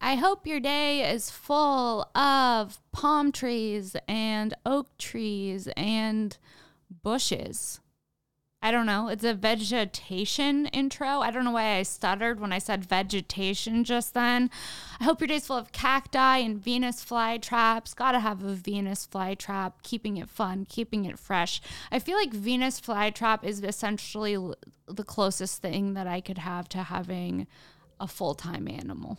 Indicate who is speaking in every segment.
Speaker 1: I hope your day is full of palm trees and oak trees and bushes. I don't know. It's a vegetation intro. I don't know why I stuttered when I said vegetation just then. I hope your day's full of cacti and Venus flytraps. Gotta have a Venus flytrap, keeping it fun, keeping it fresh. I feel like Venus flytrap is essentially l- the closest thing that I could have to having a full time animal.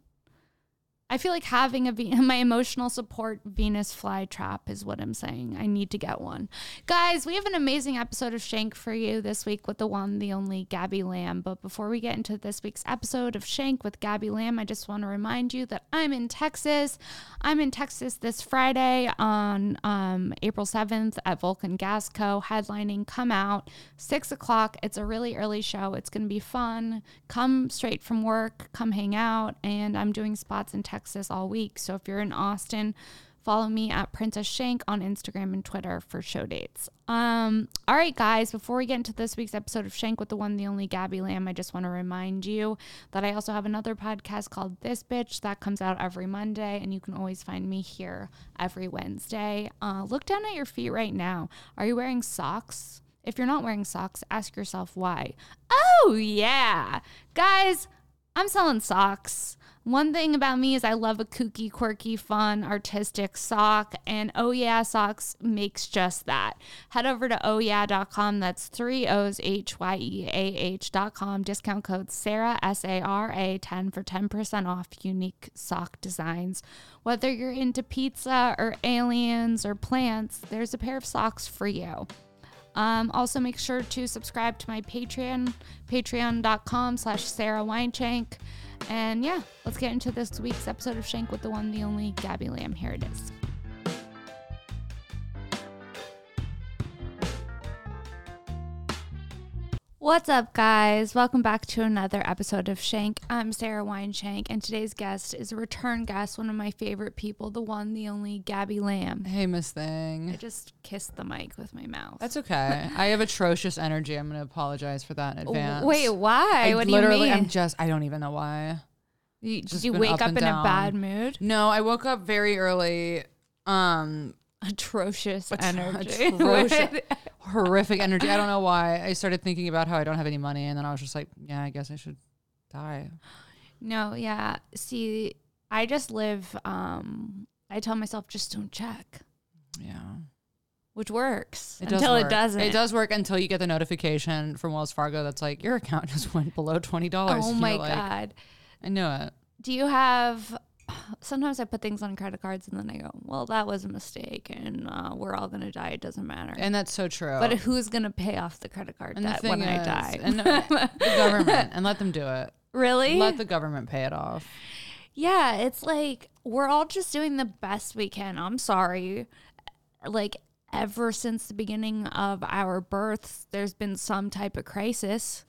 Speaker 1: I feel like having a Ve- my emotional support Venus flytrap is what I'm saying. I need to get one. Guys, we have an amazing episode of Shank for you this week with the one, the only Gabby Lamb. But before we get into this week's episode of Shank with Gabby Lamb, I just want to remind you that I'm in Texas. I'm in Texas this Friday on um, April 7th at Vulcan Gas Co. Headlining Come Out, 6 o'clock. It's a really early show. It's going to be fun. Come straight from work, come hang out. And I'm doing spots in Texas all week. So if you're in Austin, follow me at Princess Shank on Instagram and Twitter for show dates. Um, all right, guys, before we get into this week's episode of Shank with the one, the only Gabby Lamb, I just want to remind you that I also have another podcast called This Bitch that comes out every Monday, and you can always find me here every Wednesday. Uh, look down at your feet right now. Are you wearing socks? If you're not wearing socks, ask yourself why. Oh, yeah. Guys, I'm selling socks. One thing about me is I love a kooky, quirky, fun, artistic sock, and Oh Yeah Socks makes just that. Head over to Oh ohyeah.com. That's three O's, H Y E A H.com. Discount code Sarah, S A R A, 10 for 10% off unique sock designs. Whether you're into pizza or aliens or plants, there's a pair of socks for you. Um, also, make sure to subscribe to my Patreon, patreon.com slash Sarah Wineshank. And yeah, let's get into this week's episode of Shank with the one, the only Gabby Lamb. Here it is. What's up, guys? Welcome back to another episode of Shank. I'm Sarah Wineshank, and today's guest is a return guest, one of my favorite people, the one, the only Gabby Lamb.
Speaker 2: Hey, Miss
Speaker 1: I
Speaker 2: Thing.
Speaker 1: just kissed the mic with my mouth.
Speaker 2: That's okay. I have atrocious energy. I'm gonna apologize for that in advance.
Speaker 1: Wait, why?
Speaker 2: I
Speaker 1: what do you
Speaker 2: literally,
Speaker 1: mean?
Speaker 2: I'm just. I don't even know why.
Speaker 1: you, did
Speaker 2: just
Speaker 1: you
Speaker 2: been
Speaker 1: wake
Speaker 2: up
Speaker 1: up in
Speaker 2: and
Speaker 1: a
Speaker 2: down.
Speaker 1: bad mood?
Speaker 2: No, I woke up very early. Um,
Speaker 1: Atrocious energy.
Speaker 2: atrocious, horrific energy. I don't know why. I started thinking about how I don't have any money, and then I was just like, yeah, I guess I should die.
Speaker 1: no, yeah. See, I just live. Um, I tell myself just don't check,
Speaker 2: Yeah,
Speaker 1: which works
Speaker 2: It does
Speaker 1: until it
Speaker 2: work.
Speaker 1: doesn't.
Speaker 2: It does work until you get the notification from Wells Fargo that's like your account just went below twenty dollars.
Speaker 1: Oh my god.
Speaker 2: I knew it.
Speaker 1: Do you have? Sometimes I put things on credit cards and then I go, well, that was a mistake, and uh, we're all gonna die. It doesn't matter.
Speaker 2: And that's so true.
Speaker 1: but who's gonna pay off the credit card
Speaker 2: And the
Speaker 1: debt when
Speaker 2: thing
Speaker 1: I
Speaker 2: is-
Speaker 1: die?
Speaker 2: and the the government and let them do it.
Speaker 1: really?
Speaker 2: Let the government pay it off.
Speaker 1: Yeah, it's like we're all just doing the best we can. I'm sorry. Like ever since the beginning of our births, there's been some type of crisis,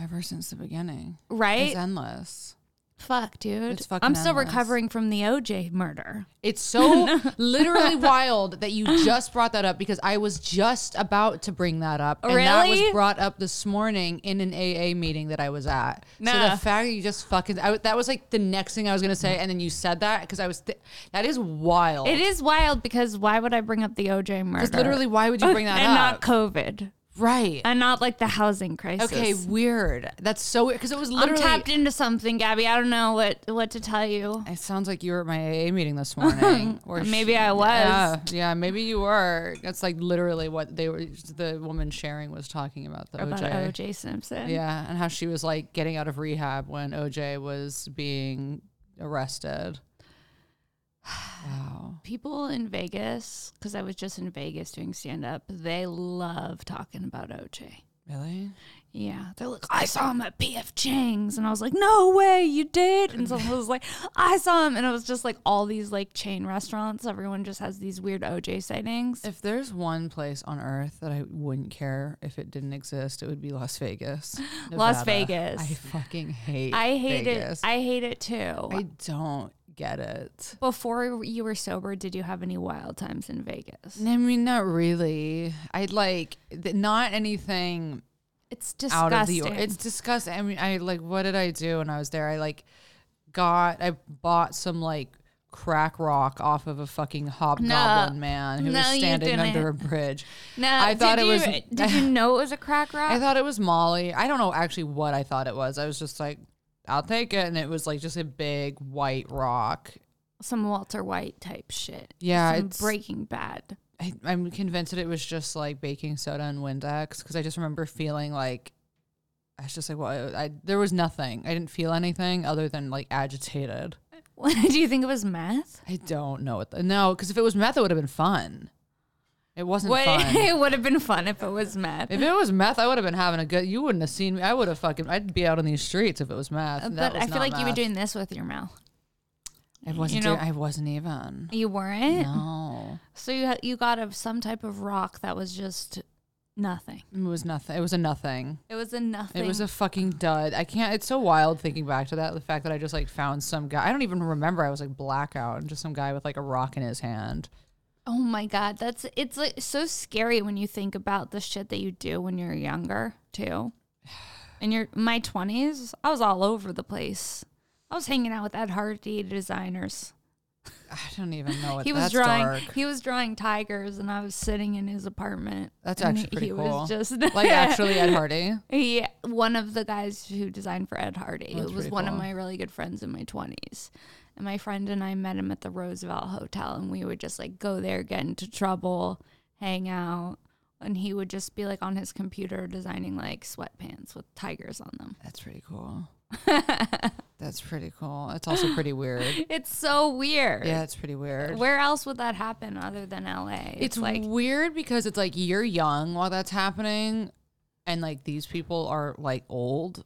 Speaker 2: Ever since the beginning,
Speaker 1: right?
Speaker 2: it's endless.
Speaker 1: Fuck, dude.
Speaker 2: It's fucking
Speaker 1: I'm still
Speaker 2: endless.
Speaker 1: recovering from the OJ murder.
Speaker 2: It's so literally wild that you just brought that up because I was just about to bring that up, and that was
Speaker 1: Really?
Speaker 2: brought up this morning in an AA meeting that I was at. So
Speaker 1: Nah.
Speaker 2: the fact that you just fucking I, that was like the next thing I was gonna say, and then you said that because I was th- that is wild.
Speaker 1: It is wild because why would I bring up the OJ murder?
Speaker 2: Oh. literally why would you bring that
Speaker 1: and
Speaker 2: up?
Speaker 1: not COVID
Speaker 2: right.
Speaker 1: and not like the housing crisis.
Speaker 2: okay, weird. That's so weird because it was
Speaker 1: I'm
Speaker 2: literally
Speaker 1: tapped into something, Gabby. I don't know what what to tell you.
Speaker 2: It sounds like you were at my AA meeting this morning. or
Speaker 1: Maybe I was.
Speaker 2: Yeah, yeah, maybe you were. That's like literally what they were. The woman sharing was talking about the
Speaker 1: About
Speaker 2: OJ.
Speaker 1: OJ Simpson.
Speaker 2: Yeah, and how she was like getting out of rehab when OJ was being arrested. Wow.
Speaker 1: people in Vegas, because I was just in Vegas doing stand up, they love talking about OJ.
Speaker 2: Really?
Speaker 1: Yeah, they're like, I saw him at PF Chang's, and I was like, No way, you did! And someone was like, I saw him, and it was just like all these like chain restaurants. Everyone just has these weird OJ sightings.
Speaker 2: If there's one place on earth that I wouldn't care if it didn't exist, it would be Las Vegas.
Speaker 1: Las
Speaker 2: Nevada.
Speaker 1: Vegas.
Speaker 2: I fucking hate
Speaker 1: I hate
Speaker 2: Vegas.
Speaker 1: it. I hate it too.
Speaker 2: I don't get it.
Speaker 1: Before you were sober, did you have any wild times in Vegas?
Speaker 2: I mean, not really. I'd like th- not anything
Speaker 1: It's
Speaker 2: out
Speaker 1: disgusting.
Speaker 2: of the or- it's disgusting. I mean, I like what did I do when I was there? I like got I bought some like crack rock off of a fucking hobgoblin man who
Speaker 1: No,
Speaker 2: was
Speaker 1: you
Speaker 2: standing under
Speaker 1: didn't.
Speaker 2: a bridge.
Speaker 1: now,
Speaker 2: I thought
Speaker 1: did
Speaker 2: it was-
Speaker 1: you- Did you know it was a crack rock?
Speaker 2: I thought it was Molly. I don't know actually what I thought it was. I was just like, I'll take it, and it was like just a big white rock.
Speaker 1: Some Walter White type shit.
Speaker 2: Yeah,
Speaker 1: Some
Speaker 2: it's-
Speaker 1: Breaking Bad.
Speaker 2: I, I'm convinced that it was just like baking soda and Windex because I just remember feeling like I was just like, well, I, I there was nothing. I didn't feel anything other than like agitated.
Speaker 1: Do you think it was meth?
Speaker 2: I don't know what the, no, because if it was meth, it would have been fun. It wasn't
Speaker 1: What,
Speaker 2: fun.
Speaker 1: it would have been fun if it was meth.
Speaker 2: If it was meth, I would have been having a good. You wouldn't have seen me. I would have fucking. I'd be out on these streets if it was meth. and
Speaker 1: Uh,
Speaker 2: that
Speaker 1: but
Speaker 2: was
Speaker 1: I feel
Speaker 2: not
Speaker 1: like you were
Speaker 2: meth.
Speaker 1: doing this with your mouth.
Speaker 2: I wasn't.
Speaker 1: know-
Speaker 2: doing, I wasn't even.
Speaker 1: You weren't.
Speaker 2: No,
Speaker 1: So you ha- you got of some type of rock that was just nothing.
Speaker 2: it was nothing. It was a nothing.
Speaker 1: It was a nothing.
Speaker 2: It was a fucking dud. I can't. It's so wild thinking back to that. The fact that I just like found some guy. I don't even remember. I was like blackout and just some guy with like a rock in his hand.
Speaker 1: oh my god, that's it's like so scary when you think about the shit that you do when you're younger too. In your my twenties, I was all over the place. I was hanging out with Ed Hardy designers.
Speaker 2: I don't even know what
Speaker 1: he was
Speaker 2: that's
Speaker 1: drawing.
Speaker 2: dark.
Speaker 1: He was drawing tigers, and I was sitting in his apartment.
Speaker 2: That's
Speaker 1: and
Speaker 2: actually pretty
Speaker 1: he
Speaker 2: cool.
Speaker 1: Was just
Speaker 2: like actually Ed Hardy.
Speaker 1: Yeah, one of the guys who designed for Ed Hardy.
Speaker 2: That's
Speaker 1: it was
Speaker 2: pretty
Speaker 1: one of
Speaker 2: cool.
Speaker 1: my really good friends in my 20s. And my friend and I met him at the Roosevelt Hotel, and we would just like go there, get into trouble, hang out. And he would just be like on his computer designing like sweatpants with tigers on them.
Speaker 2: That's pretty cool. that's pretty cool. It's also pretty weird.
Speaker 1: It's so weird.
Speaker 2: Yeah, it's pretty weird.
Speaker 1: Where else would that happen other than LA?
Speaker 2: It's like weird because it's like you're young while that's happening, and like these people are like old.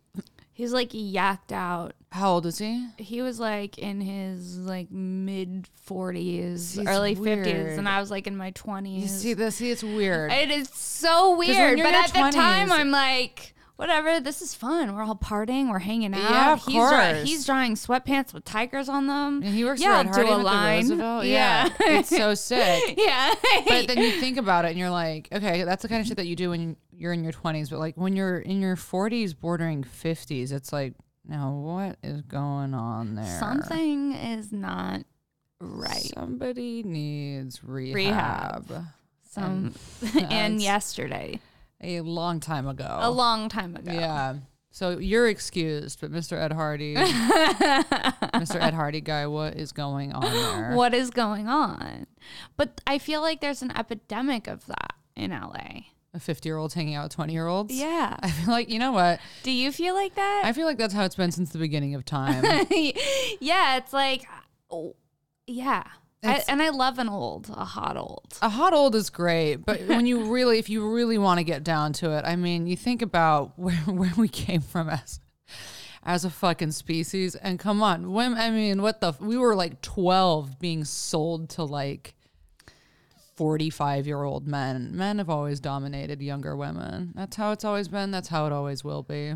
Speaker 1: he's like yacked out.
Speaker 2: How old is he?
Speaker 1: he was like in his like mid 40s
Speaker 2: He's
Speaker 1: early 50s
Speaker 2: weird.
Speaker 1: and i was like in my 20s
Speaker 2: You see this? See, it's weird.
Speaker 1: it is so
Speaker 2: you're
Speaker 1: weird
Speaker 2: in
Speaker 1: but
Speaker 2: your
Speaker 1: at the time
Speaker 2: 20s.
Speaker 1: i'm like whatever this is fun we're all partying we're hanging out
Speaker 2: Yeah, of
Speaker 1: he's, dra-
Speaker 2: course. Mm-hmm.
Speaker 1: he's drawing sweatpants with tigers on them
Speaker 2: And he works
Speaker 1: yeah
Speaker 2: for Ed
Speaker 1: I'll do
Speaker 2: Hardy
Speaker 1: a
Speaker 2: with
Speaker 1: line.
Speaker 2: the Roosevelt.
Speaker 1: yeah yeah,
Speaker 2: it's so sick. But then you think about it and you're like, okay, that's the kind of shit that you do when you're in your 20s. But like when you're in your 40s, bordering 50s, it's like, now what is going on there?
Speaker 1: something is not right
Speaker 2: Somebody needs rehab.
Speaker 1: some
Speaker 2: That's-
Speaker 1: and yesterday
Speaker 2: A long time ago.
Speaker 1: a long time ago
Speaker 2: Yeah. So you're excused, but Mr. Ed Hardy, Mr. Ed Hardy guy, what is going on there?
Speaker 1: what is going on? But I feel like there's an epidemic of that in LA.
Speaker 2: A 50 year old hanging out with 20 year olds?
Speaker 1: Yeah.
Speaker 2: I feel like, you know what?
Speaker 1: Do you feel like that?
Speaker 2: I feel like that's how it's been since the beginning of time.
Speaker 1: yeah, it's like, oh, yeah. I,
Speaker 2: It's-
Speaker 1: and I love an old, a hot old.
Speaker 2: A hot old is great, but when you really, if you really want to get down to it, I mean, you think about where, where we came from as as a fucking species, and come on, women. I mean, what the? f- We were like twelve, being sold to like forty-five year old men. Men have always dominated younger women. That's how it's always been. That's how it always will be.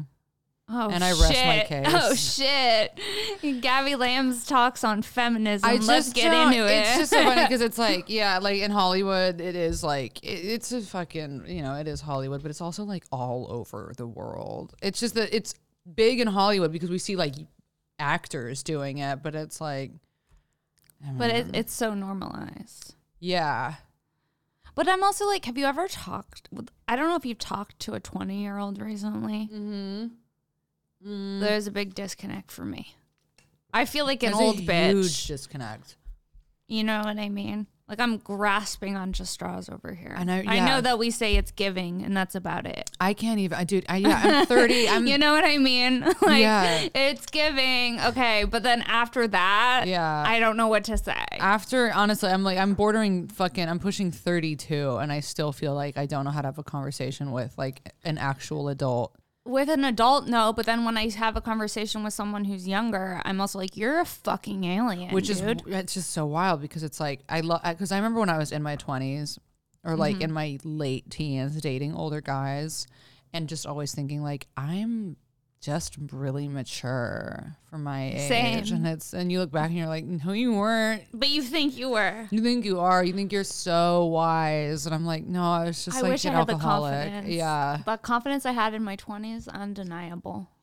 Speaker 1: Oh,
Speaker 2: And I rest my
Speaker 1: shit.
Speaker 2: case.
Speaker 1: Oh, shit. Gabby Lamb's talks on feminism.
Speaker 2: I
Speaker 1: Let's
Speaker 2: just
Speaker 1: get
Speaker 2: don't-
Speaker 1: into it.
Speaker 2: It's just so funny because it's like, yeah, like in Hollywood, it is like it, it's a fucking, you know, it is Hollywood, but it's also like all over the world. It's just that it's big in Hollywood because we see like actors doing it, but it's like,
Speaker 1: but it, it's so normalized.
Speaker 2: yeah,
Speaker 1: But I'm also like, have you ever talked with, I don't know if you've talked to a 20 year old recently. Mm-hmm. There's a big disconnect for me. I feel like an
Speaker 2: There's a
Speaker 1: old bitch.
Speaker 2: huge disconnect.
Speaker 1: You know what I mean? Like I'm grasping onto straws over here.
Speaker 2: I know-
Speaker 1: I
Speaker 2: yeah.
Speaker 1: know that we say it's giving, and that's about it.
Speaker 2: I can't even. I dude. I, yeah, I'm 30. I'm
Speaker 1: you know what I mean? like
Speaker 2: Yeah.
Speaker 1: it's giving, okay. But then after that,
Speaker 2: Yeah.
Speaker 1: I don't know what to say.
Speaker 2: after honestly i'm like i'm bordering fucking i'm pushing 32 and i still feel like i don't know how to have a conversation with like an actual adult
Speaker 1: with an adult, no. But then when I have a conversation with someone who's younger, I'm also like, you're a fucking alien,
Speaker 2: which
Speaker 1: dude.
Speaker 2: is it's just so wild because it's like I love because I remember when I was in my twenties or like
Speaker 1: Mm-hmm.
Speaker 2: in my late teens dating older guys and just always thinking like I'm just really mature for my age.
Speaker 1: Same.
Speaker 2: And it's and you look back and you're like, no, you weren't.
Speaker 1: But you think you were.
Speaker 2: You think you are. You think you're so wise. And I'm like, no, I was just
Speaker 1: I
Speaker 2: like
Speaker 1: wish I
Speaker 2: an
Speaker 1: had the
Speaker 2: alcoholic.
Speaker 1: confidence.
Speaker 2: Yeah.
Speaker 1: The confidence I had in my 20s, undeniable.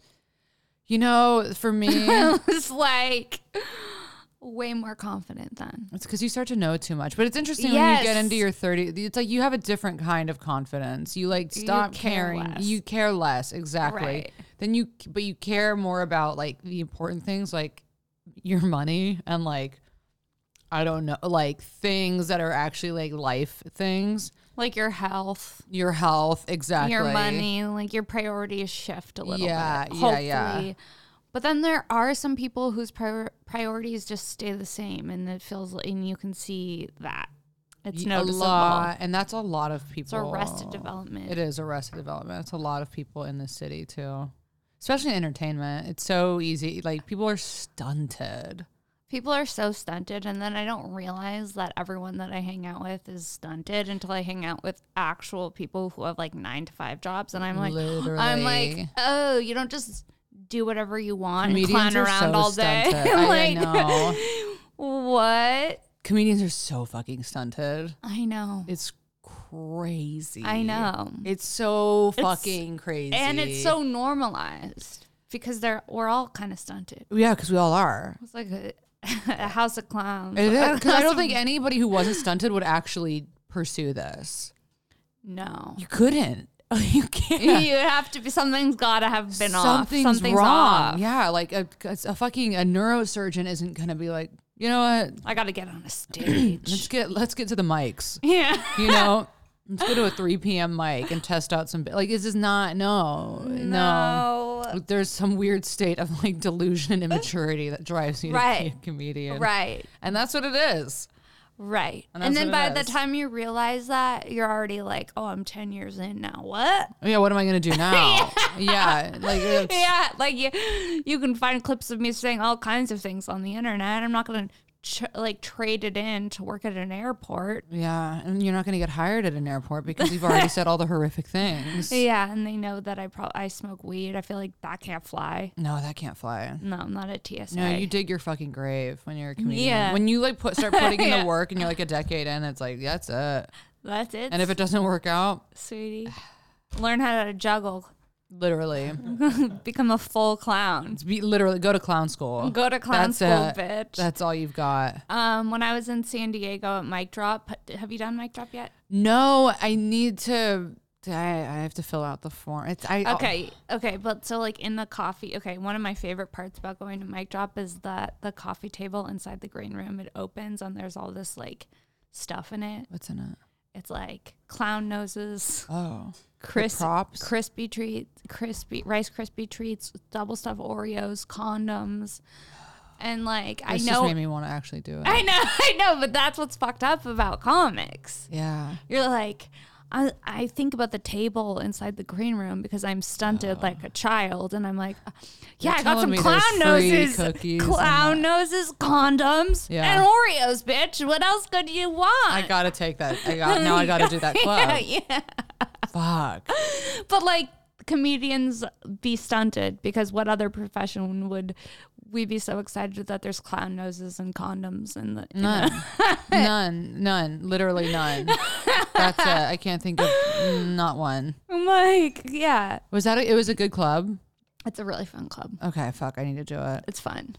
Speaker 2: You know, for me,
Speaker 1: I was like way more confident then.
Speaker 2: It's because you start to know too much. But it's interesting when you get
Speaker 1: Yes.
Speaker 2: into your 30s. It's like you have a different kind of confidence. You like stop
Speaker 1: care
Speaker 2: caring.
Speaker 1: less.
Speaker 2: You care less, exactly.
Speaker 1: Right.
Speaker 2: Then you, but you care more about like the important things, like your money and like I don't know, like things that are actually like life things.
Speaker 1: Like your health,
Speaker 2: Your health, exactly.
Speaker 1: your money, like your priorities shift a little
Speaker 2: Yeah,
Speaker 1: bit.
Speaker 2: yeah, yeah.
Speaker 1: hopefully. But then there are some people whose prior- priorities just stay the same, and it feels, and you can see that it's
Speaker 2: a
Speaker 1: noticeable.
Speaker 2: lot, and that's a lot of people.
Speaker 1: It's arrested development.
Speaker 2: It is arrested development. It's a lot of people in the city too, especially in entertainment. It's so easy. Like people are stunted.
Speaker 1: People are so stunted, and then I don't realize that everyone that I hang out with is stunted until I hang out with actual people who have like nine to five jobs, and I'm like, I'm like,
Speaker 2: Literally.
Speaker 1: oh, you don't just do whatever you want and
Speaker 2: Comedians
Speaker 1: clown
Speaker 2: are
Speaker 1: around
Speaker 2: so
Speaker 1: all day.
Speaker 2: stunted. I
Speaker 1: like,
Speaker 2: know.
Speaker 1: what?
Speaker 2: Comedians are so fucking stunted.
Speaker 1: I know,
Speaker 2: It's crazy.
Speaker 1: I know,
Speaker 2: It's so fucking crazy.
Speaker 1: and it's so normalized because they're we're all kind of stunted.
Speaker 2: yeah, because we all are.
Speaker 1: It's like a, a house of clowns.
Speaker 2: It is because I don't think anybody who wasn't stunted would actually pursue this.
Speaker 1: no.
Speaker 2: You couldn't. You can't.
Speaker 1: You have to be. Something's got to have been
Speaker 2: something's,
Speaker 1: off. Something's
Speaker 2: wrong.
Speaker 1: off.
Speaker 2: Yeah, like a, a fucking a neurosurgeon isn't gonna be like, you know what?
Speaker 1: I got to get on a stage.
Speaker 2: Let's get let's get to the mics.
Speaker 1: yeah.
Speaker 2: You know, let's go to a three p.m. mic and test out some. Like this is not no no. There's some weird state of like delusion and immaturity that drives you to be
Speaker 1: Right.
Speaker 2: a comedian,
Speaker 1: Right.
Speaker 2: And that's what it is.
Speaker 1: Right. And,
Speaker 2: that's
Speaker 1: then
Speaker 2: what it
Speaker 1: by the
Speaker 2: is.
Speaker 1: time you realize that, you're already like, oh, I'm 10 years in now. What?
Speaker 2: Yeah, what am I gonna do now? yeah. like it's-
Speaker 1: Yeah. Like, you, you can find clips of me saying all kinds of things on the internet. I'm not going to ch- like trade it in to work at an airport.
Speaker 2: yeah, and you're not gonna get hired at an airport because you've already said all the horrific things.
Speaker 1: Yeah. And they know that I probably I smoke weed. I feel like that can't fly.
Speaker 2: No, that can't fly.
Speaker 1: No, I'm not a TSA.
Speaker 2: No, you dig your fucking grave when you're a comedian.
Speaker 1: Yeah.
Speaker 2: When you like put start putting in
Speaker 1: Yeah.
Speaker 2: the work and you're like a decade in, it's like that's it.
Speaker 1: That's it.
Speaker 2: And if it doesn't work out,
Speaker 1: sweetie, learn how to juggle,
Speaker 2: literally,
Speaker 1: become a full clown.
Speaker 2: it's be, literally go to clown school.
Speaker 1: Go to clown
Speaker 2: That's
Speaker 1: school,
Speaker 2: it.
Speaker 1: bitch.
Speaker 2: That's all you've got.
Speaker 1: Um, when I was in San Diego at Mic Drop, have you done Mic Drop yet?
Speaker 2: No, I need to. I, I have to fill out the form. It's I oh,
Speaker 1: Okay, okay, but so like in the coffee, okay, one of my favorite parts about going to Mic Drop is that the coffee table inside the green room it opens and there's all this like stuff in it.
Speaker 2: What's in it?
Speaker 1: It's like clown noses,
Speaker 2: Oh,
Speaker 1: crisp,
Speaker 2: props?
Speaker 1: crispy treats, crispy rice crispy treats, double stuffed Oreos, condoms, and like
Speaker 2: this
Speaker 1: I
Speaker 2: just
Speaker 1: know,
Speaker 2: made me want to actually do it.
Speaker 1: I know, I know, but that's what's fucked up about comics.
Speaker 2: yeah,
Speaker 1: You're like, I, I think about the table inside the green room because I'm stunted like a child, and I'm like, yeah,
Speaker 2: You're
Speaker 1: I got
Speaker 2: telling
Speaker 1: some
Speaker 2: me
Speaker 1: clown
Speaker 2: there's free
Speaker 1: noses,
Speaker 2: cookies and
Speaker 1: clown noses, condoms,
Speaker 2: Yeah.
Speaker 1: and Oreos, bitch. What else could you want?
Speaker 2: I gotta take that. I got now. I gotta do that club.
Speaker 1: yeah, yeah.
Speaker 2: Fuck.
Speaker 1: But like comedians be stunted because what other profession would we be so excited that there's clown noses and condoms and the, you know?
Speaker 2: None. none. None. Literally none. That's it. I can't think of mm, not one.
Speaker 1: I'm like, yeah,
Speaker 2: Was that a, it? Was a good club?
Speaker 1: it's a really fun club.
Speaker 2: Okay, fuck. I need to do it.
Speaker 1: It's fun.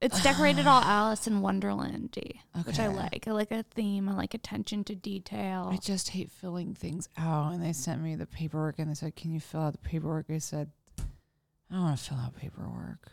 Speaker 1: It's decorated all Alice in Wonderlandy, which I
Speaker 2: Okay.
Speaker 1: like. I like a theme. I like attention to detail.
Speaker 2: I just hate filling things out. And they sent me the paperwork, and they said, "Can you fill out the paperwork?" I said, "I don't want to fill out paperwork."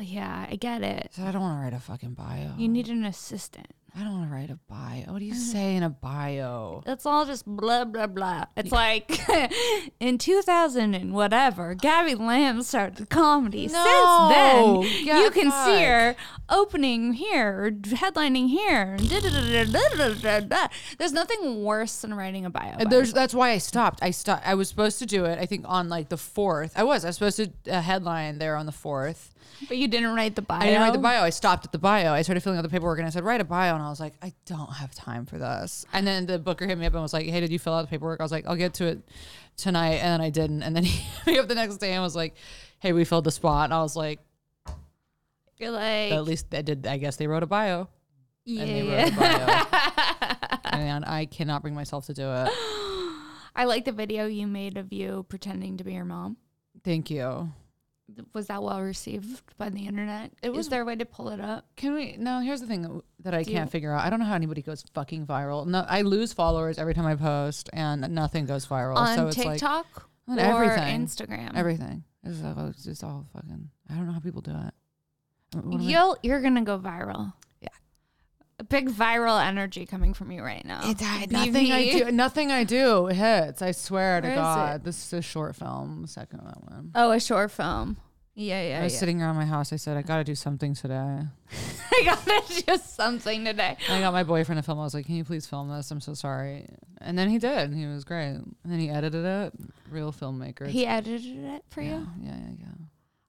Speaker 1: yeah, I get
Speaker 2: I
Speaker 1: it.
Speaker 2: said, "I don't want to write a fucking bio.
Speaker 1: You need an assistant.
Speaker 2: I don't want to write a bio. What do you say in a bio?
Speaker 1: It's all just blah blah blah. It's like in 2000 and whatever, Gabby Lamb started comedy.
Speaker 2: No,
Speaker 1: Since then,
Speaker 2: yeah,
Speaker 1: you can see
Speaker 2: fuck.
Speaker 1: her opening here, or headlining here. and da-da-da-da-da-da-da-da. There's nothing worse than writing a bio.
Speaker 2: And
Speaker 1: bio.
Speaker 2: There's, that's why I stopped. I stopped. I was supposed to do it. I think on like the fourth. I was. I was supposed to uh, headline there on the fourth.
Speaker 1: But you didn't write the bio.
Speaker 2: I didn't write the bio. I stopped at the bio. I started filling out the paperwork and I said, write a bio. And I was like, I don't have time for this. And then the booker hit me up and was like, hey, did you fill out the paperwork? I was like, I'll get to it tonight. And then I didn't. And then he hit me up the next day and was like, hey, we filled the spot. And I was like,
Speaker 1: You're like,
Speaker 2: at least they did. I guess they wrote a bio.
Speaker 1: yeah.
Speaker 2: And they wrote a bio. and I cannot bring myself to do it.
Speaker 1: I like the video you made of you pretending to be your mom.
Speaker 2: Thank you.
Speaker 1: Was that well received by the internet? It was
Speaker 2: was-
Speaker 1: Is there a way to pull it up?
Speaker 2: Can we? No, here's the thing that- that I
Speaker 1: Do
Speaker 2: can't
Speaker 1: you-
Speaker 2: figure out. I don't know how anybody goes fucking viral. No, I lose followers every time I post, and nothing goes viral.
Speaker 1: on
Speaker 2: so it's like
Speaker 1: TikTok
Speaker 2: on
Speaker 1: or
Speaker 2: everything.
Speaker 1: Instagram?
Speaker 2: everything. It's all, it's just all fucking. I don't know how people do it. What am I-
Speaker 1: You'll you're gonna go viral.
Speaker 2: Yeah.
Speaker 1: A big viral energy coming from you right now.
Speaker 2: It, I, nothing I do. Nothing I do hits. I swear
Speaker 1: Where
Speaker 2: to
Speaker 1: is
Speaker 2: God. This is a short film. The second that one.
Speaker 1: Oh, a short film. Yeah,
Speaker 2: I
Speaker 1: yeah,
Speaker 2: was
Speaker 1: yeah.
Speaker 2: sitting around my house. I said, I got to do something today.
Speaker 1: I gotta do something today.
Speaker 2: And I got my boyfriend to film. I was like, Can you please film this? I'm so sorry. And then he did. He was great. And then he edited it. Real filmmaker.
Speaker 1: He edited it for
Speaker 2: yeah,
Speaker 1: you.
Speaker 2: yeah, yeah, yeah.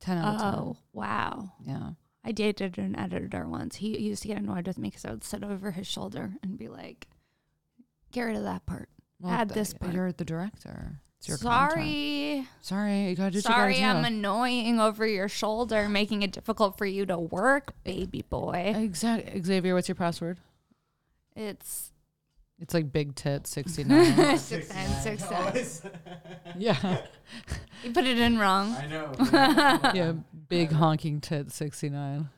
Speaker 2: Ten out of
Speaker 1: Oh wow!
Speaker 2: ten. Yeah.
Speaker 1: I dated an editor once. He used to get annoyed with me because I would sit over his shoulder and be like, "Get rid of that part." Add
Speaker 2: th-
Speaker 1: this part.
Speaker 2: You're the director. It's your content.
Speaker 1: Sorry,
Speaker 2: Sorry, you gotta do. what
Speaker 1: sorry,
Speaker 2: you gotta
Speaker 1: I'm
Speaker 2: do.
Speaker 1: annoying over your shoulder, making it difficult for you to work, baby boy.
Speaker 2: Exact Xavier, what's your password?
Speaker 1: It's
Speaker 2: It's like big tit sixty nine.
Speaker 1: six nine six seven.
Speaker 2: yeah,
Speaker 1: You put it in wrong.
Speaker 3: I know. man.
Speaker 2: yeah, big honking tit sixty nine.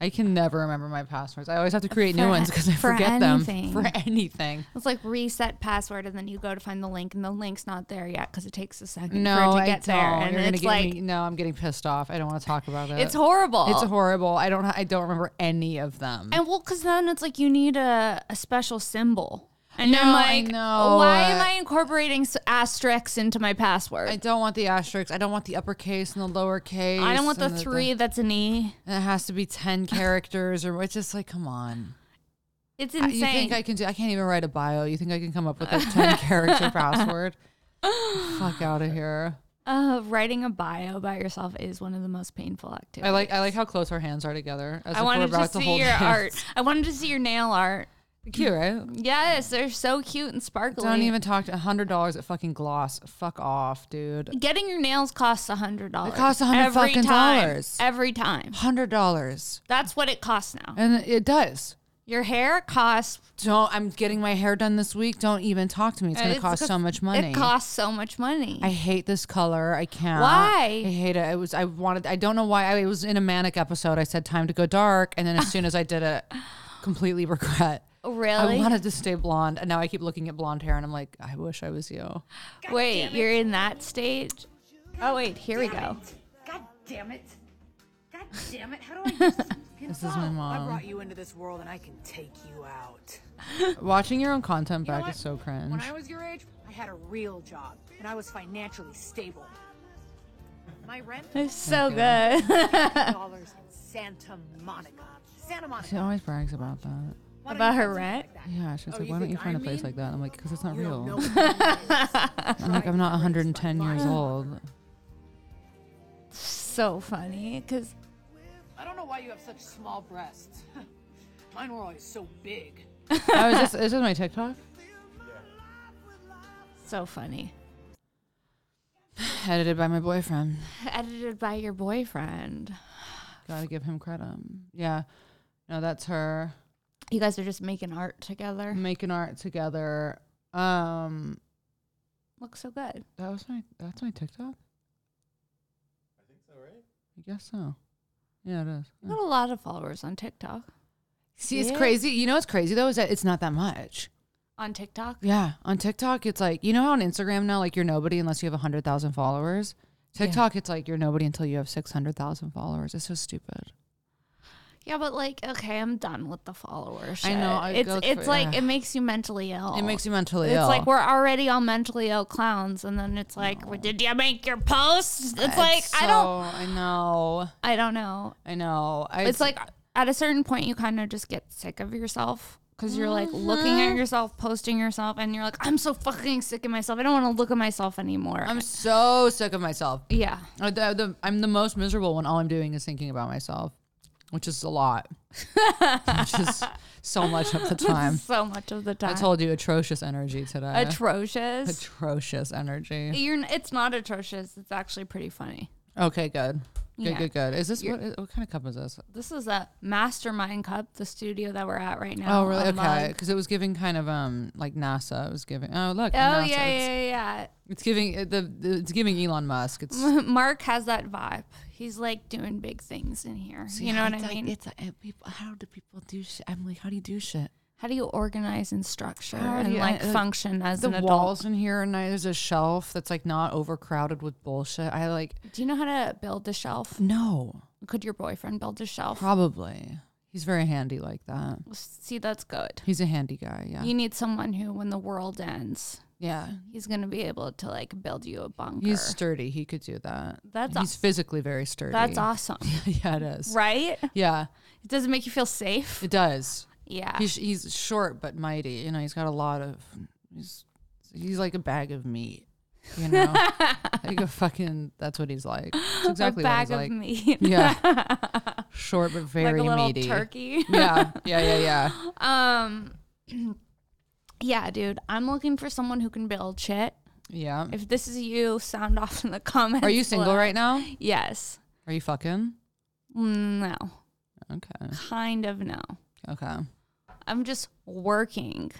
Speaker 2: I can never remember my passwords. I always have to create
Speaker 1: For
Speaker 2: new ones because I
Speaker 1: for
Speaker 2: forget them
Speaker 1: anything.
Speaker 2: for anything.
Speaker 1: It's like reset password, and then you go to find the link, and the link's not there yet because it takes a second
Speaker 2: No,
Speaker 1: for it
Speaker 2: I
Speaker 1: to get
Speaker 2: don't.
Speaker 1: there, and
Speaker 2: You're gonna
Speaker 1: it's
Speaker 2: get
Speaker 1: like
Speaker 2: me- no, I'm getting pissed off. I don't want to talk about it.
Speaker 1: it's horrible.
Speaker 2: It's horrible. I don't. I don't remember any of them.
Speaker 1: And well, because then it's like you need a, a special symbol. And I'm
Speaker 2: know, I
Speaker 1: like,
Speaker 2: know.
Speaker 1: why am I incorporating s- asterisks into my password?
Speaker 2: I
Speaker 1: I,
Speaker 2: don't want the asterisks. I don't want the uppercase and the lowercase.
Speaker 1: don't want the
Speaker 2: and
Speaker 1: three that's an E.
Speaker 2: and it has to be ten characters, or it's just like, come on.
Speaker 1: It's
Speaker 2: I-
Speaker 1: insane.
Speaker 2: You think I can do? I can't even write a bio. You think I can come up with a ten character password? Fuck out of here.
Speaker 1: uh, writing a bio about yourself is one of the most painful activities.
Speaker 2: I like I like how close our hands are together. As
Speaker 1: I
Speaker 2: if we're
Speaker 1: wanted to
Speaker 2: about to,
Speaker 1: see
Speaker 2: hold
Speaker 1: your
Speaker 2: hands.
Speaker 1: art. I wanted to see your nail art.
Speaker 2: Cute, right?
Speaker 1: Yes, they're so cute and sparkly.
Speaker 2: Don't even talk to hundred dollars at fucking gloss. Fuck off, dude.
Speaker 1: Getting your nails costs a hundred dollars.
Speaker 2: It costs a hundred
Speaker 1: Every
Speaker 2: fucking
Speaker 1: time.
Speaker 2: dollars.
Speaker 1: Every time.
Speaker 2: Hundred dollars,
Speaker 1: That's what it costs now.
Speaker 2: and it does.
Speaker 1: Your hair costs
Speaker 2: Don't. I'm getting my hair done this week. Don't even talk to me. It's gonna
Speaker 1: It's
Speaker 2: cost so
Speaker 1: because
Speaker 2: much money.
Speaker 1: It costs so much money.
Speaker 2: I hate this color. I can't.
Speaker 1: Why?
Speaker 2: I hate it. I was. I wanted. I don't know why. I it was in a manic episode. I said time to go dark, and then as soon as I did it, completely regret.
Speaker 1: Oh, really?
Speaker 2: I wanted to stay blonde, and now I keep looking at blonde hair, and I'm like, I wish I was you.
Speaker 1: wait, you're in that stage? Oh wait, here we go.
Speaker 4: God damn it. God damn it. How do I use this
Speaker 2: This is my
Speaker 5: I
Speaker 2: mom.
Speaker 5: brought you into this world and I can take you out.
Speaker 2: Watching your own content
Speaker 5: You know
Speaker 2: back
Speaker 5: what?
Speaker 2: is so
Speaker 5: When
Speaker 2: cringe.
Speaker 5: I was your age, I had a real job and I was financially stable. My rent
Speaker 1: It's so
Speaker 2: Thank
Speaker 1: good.
Speaker 5: dollars in Santa Monica. Santa
Speaker 2: She
Speaker 5: Monica.
Speaker 2: always brags about that.
Speaker 5: Why don't
Speaker 1: About
Speaker 5: you
Speaker 1: her
Speaker 5: find something
Speaker 1: rent?
Speaker 5: like that?
Speaker 2: Yeah, she's
Speaker 5: Oh,
Speaker 2: like,
Speaker 5: you
Speaker 2: why don't
Speaker 5: think
Speaker 2: you find a
Speaker 5: I'm
Speaker 2: place
Speaker 5: mean?
Speaker 2: like that? I'm like, because it's not
Speaker 5: You don't know
Speaker 2: real.
Speaker 5: what that is.
Speaker 2: I'm like, I'm not 110 years old.
Speaker 1: so funny because
Speaker 5: I don't know why you have such small breasts. Mine were always so big.
Speaker 2: I was just. This is my TikTok.
Speaker 1: so funny.
Speaker 2: Edited by my boyfriend.
Speaker 1: Edited by your boyfriend.
Speaker 2: Gotta give him credit. Yeah. No, that's her
Speaker 1: You guys are just making art together.
Speaker 2: making art together. Um,
Speaker 1: Looks so good.
Speaker 2: that was my that's my TikTok. I guess so. Yeah, it is.
Speaker 1: You got a lot of followers on TikTok.
Speaker 2: See, it's
Speaker 1: Yeah.
Speaker 2: crazy. You know what's crazy though is that it's not that much.
Speaker 1: On TikTok?
Speaker 2: Yeah, on TikTok it's like you know how on Instagram now like you're nobody unless you have hundred thousand followers. TikTok it's like you're nobody until you have six hundred thousand followers. It's so stupid.
Speaker 1: Yeah, but like, okay, I'm done with the followers.
Speaker 2: I know, I
Speaker 1: it's
Speaker 2: go through-
Speaker 1: it's like
Speaker 2: ugh.
Speaker 1: it makes you mentally ill.
Speaker 2: It makes you mentally
Speaker 1: It's
Speaker 2: ill.
Speaker 1: like we're already all mentally ill clowns, and then it's like, well, did you make your post? It's, like I don't,
Speaker 2: I know.
Speaker 1: I don't know.
Speaker 2: I know. I,
Speaker 1: It's, like at a certain point, you kind of just get sick of yourself because you're like
Speaker 2: Mm-hmm.
Speaker 1: looking at yourself, posting yourself, and you're like, I'm so fucking sick of myself. I don't want to look at myself anymore.
Speaker 2: I'm so sick of myself.
Speaker 1: yeah,
Speaker 2: Uh, the- the- I'm the most miserable when all I'm doing is thinking about myself. which is a lot, which is so much of the time.
Speaker 1: so much of the time.
Speaker 2: I told you atrocious energy today.
Speaker 1: atrocious.
Speaker 2: atrocious energy.
Speaker 1: You're, n- it's not atrocious. It's actually pretty funny.
Speaker 2: Okay, good. Good,
Speaker 1: Yeah.
Speaker 2: good, good. Is this what, is, what kind of cup is this?
Speaker 1: This is a mastermind cup, the studio that we're at right now.
Speaker 2: Oh, really?
Speaker 1: a
Speaker 2: Okay,
Speaker 1: mug.
Speaker 2: because it was giving kind of um like NASA. It was giving. Oh, look.
Speaker 1: Oh,
Speaker 2: NASA.
Speaker 1: yeah,
Speaker 2: It's,
Speaker 1: yeah,
Speaker 2: it's giving it- the, the it's giving Elon Musk. It's
Speaker 1: yeah. Mark has that vibe. He's like doing big things in here. you know what I mean?
Speaker 2: it's like people, how do people do shit? I'm like, how do you do shit?
Speaker 1: How do you organize and structure
Speaker 2: How do
Speaker 1: and
Speaker 2: you-
Speaker 1: like
Speaker 2: I- like,
Speaker 1: function as
Speaker 2: The
Speaker 1: an adult?
Speaker 2: walls in here, and I- there's a shelf that's like not overcrowded with bullshit. I like
Speaker 1: Do you know how to build a shelf?
Speaker 2: no,
Speaker 1: Could your boyfriend build a shelf?
Speaker 2: probably. He's very handy like that.
Speaker 1: See, that's good.
Speaker 2: He's a handy guy. Yeah,
Speaker 1: You need someone who, when the world ends,
Speaker 2: yeah.
Speaker 1: he's gonna be able to like build you a bunker.
Speaker 2: He's sturdy. He could do that.
Speaker 1: That's
Speaker 2: he's
Speaker 1: aw-
Speaker 2: physically very sturdy.
Speaker 1: that's awesome,
Speaker 2: yeah, it is.
Speaker 1: right?
Speaker 2: Yeah,
Speaker 1: It doesn't make you feel safe.
Speaker 2: it does.
Speaker 1: Yeah,
Speaker 2: He's he's short but mighty. You know, he's got a lot of. He's he's like a bag of meat. You know, like a fucking. That's what he's like. It's exactly
Speaker 1: a bag
Speaker 2: what
Speaker 1: of
Speaker 2: he's like.
Speaker 1: meat,
Speaker 2: Yeah, short but
Speaker 1: like
Speaker 2: very
Speaker 1: a little
Speaker 2: meaty.
Speaker 1: turkey.
Speaker 2: Yeah, yeah, yeah, yeah.
Speaker 1: Um, yeah, dude, I'm looking for someone who can build shit.
Speaker 2: Yeah.
Speaker 1: If this is you, sound off in the comments.
Speaker 2: Are you single
Speaker 1: below.
Speaker 2: right now?
Speaker 1: Yes.
Speaker 2: Are you fucking?
Speaker 1: Mm, No.
Speaker 2: Okay.
Speaker 1: Kind of no.
Speaker 2: Okay.
Speaker 1: I'm just working,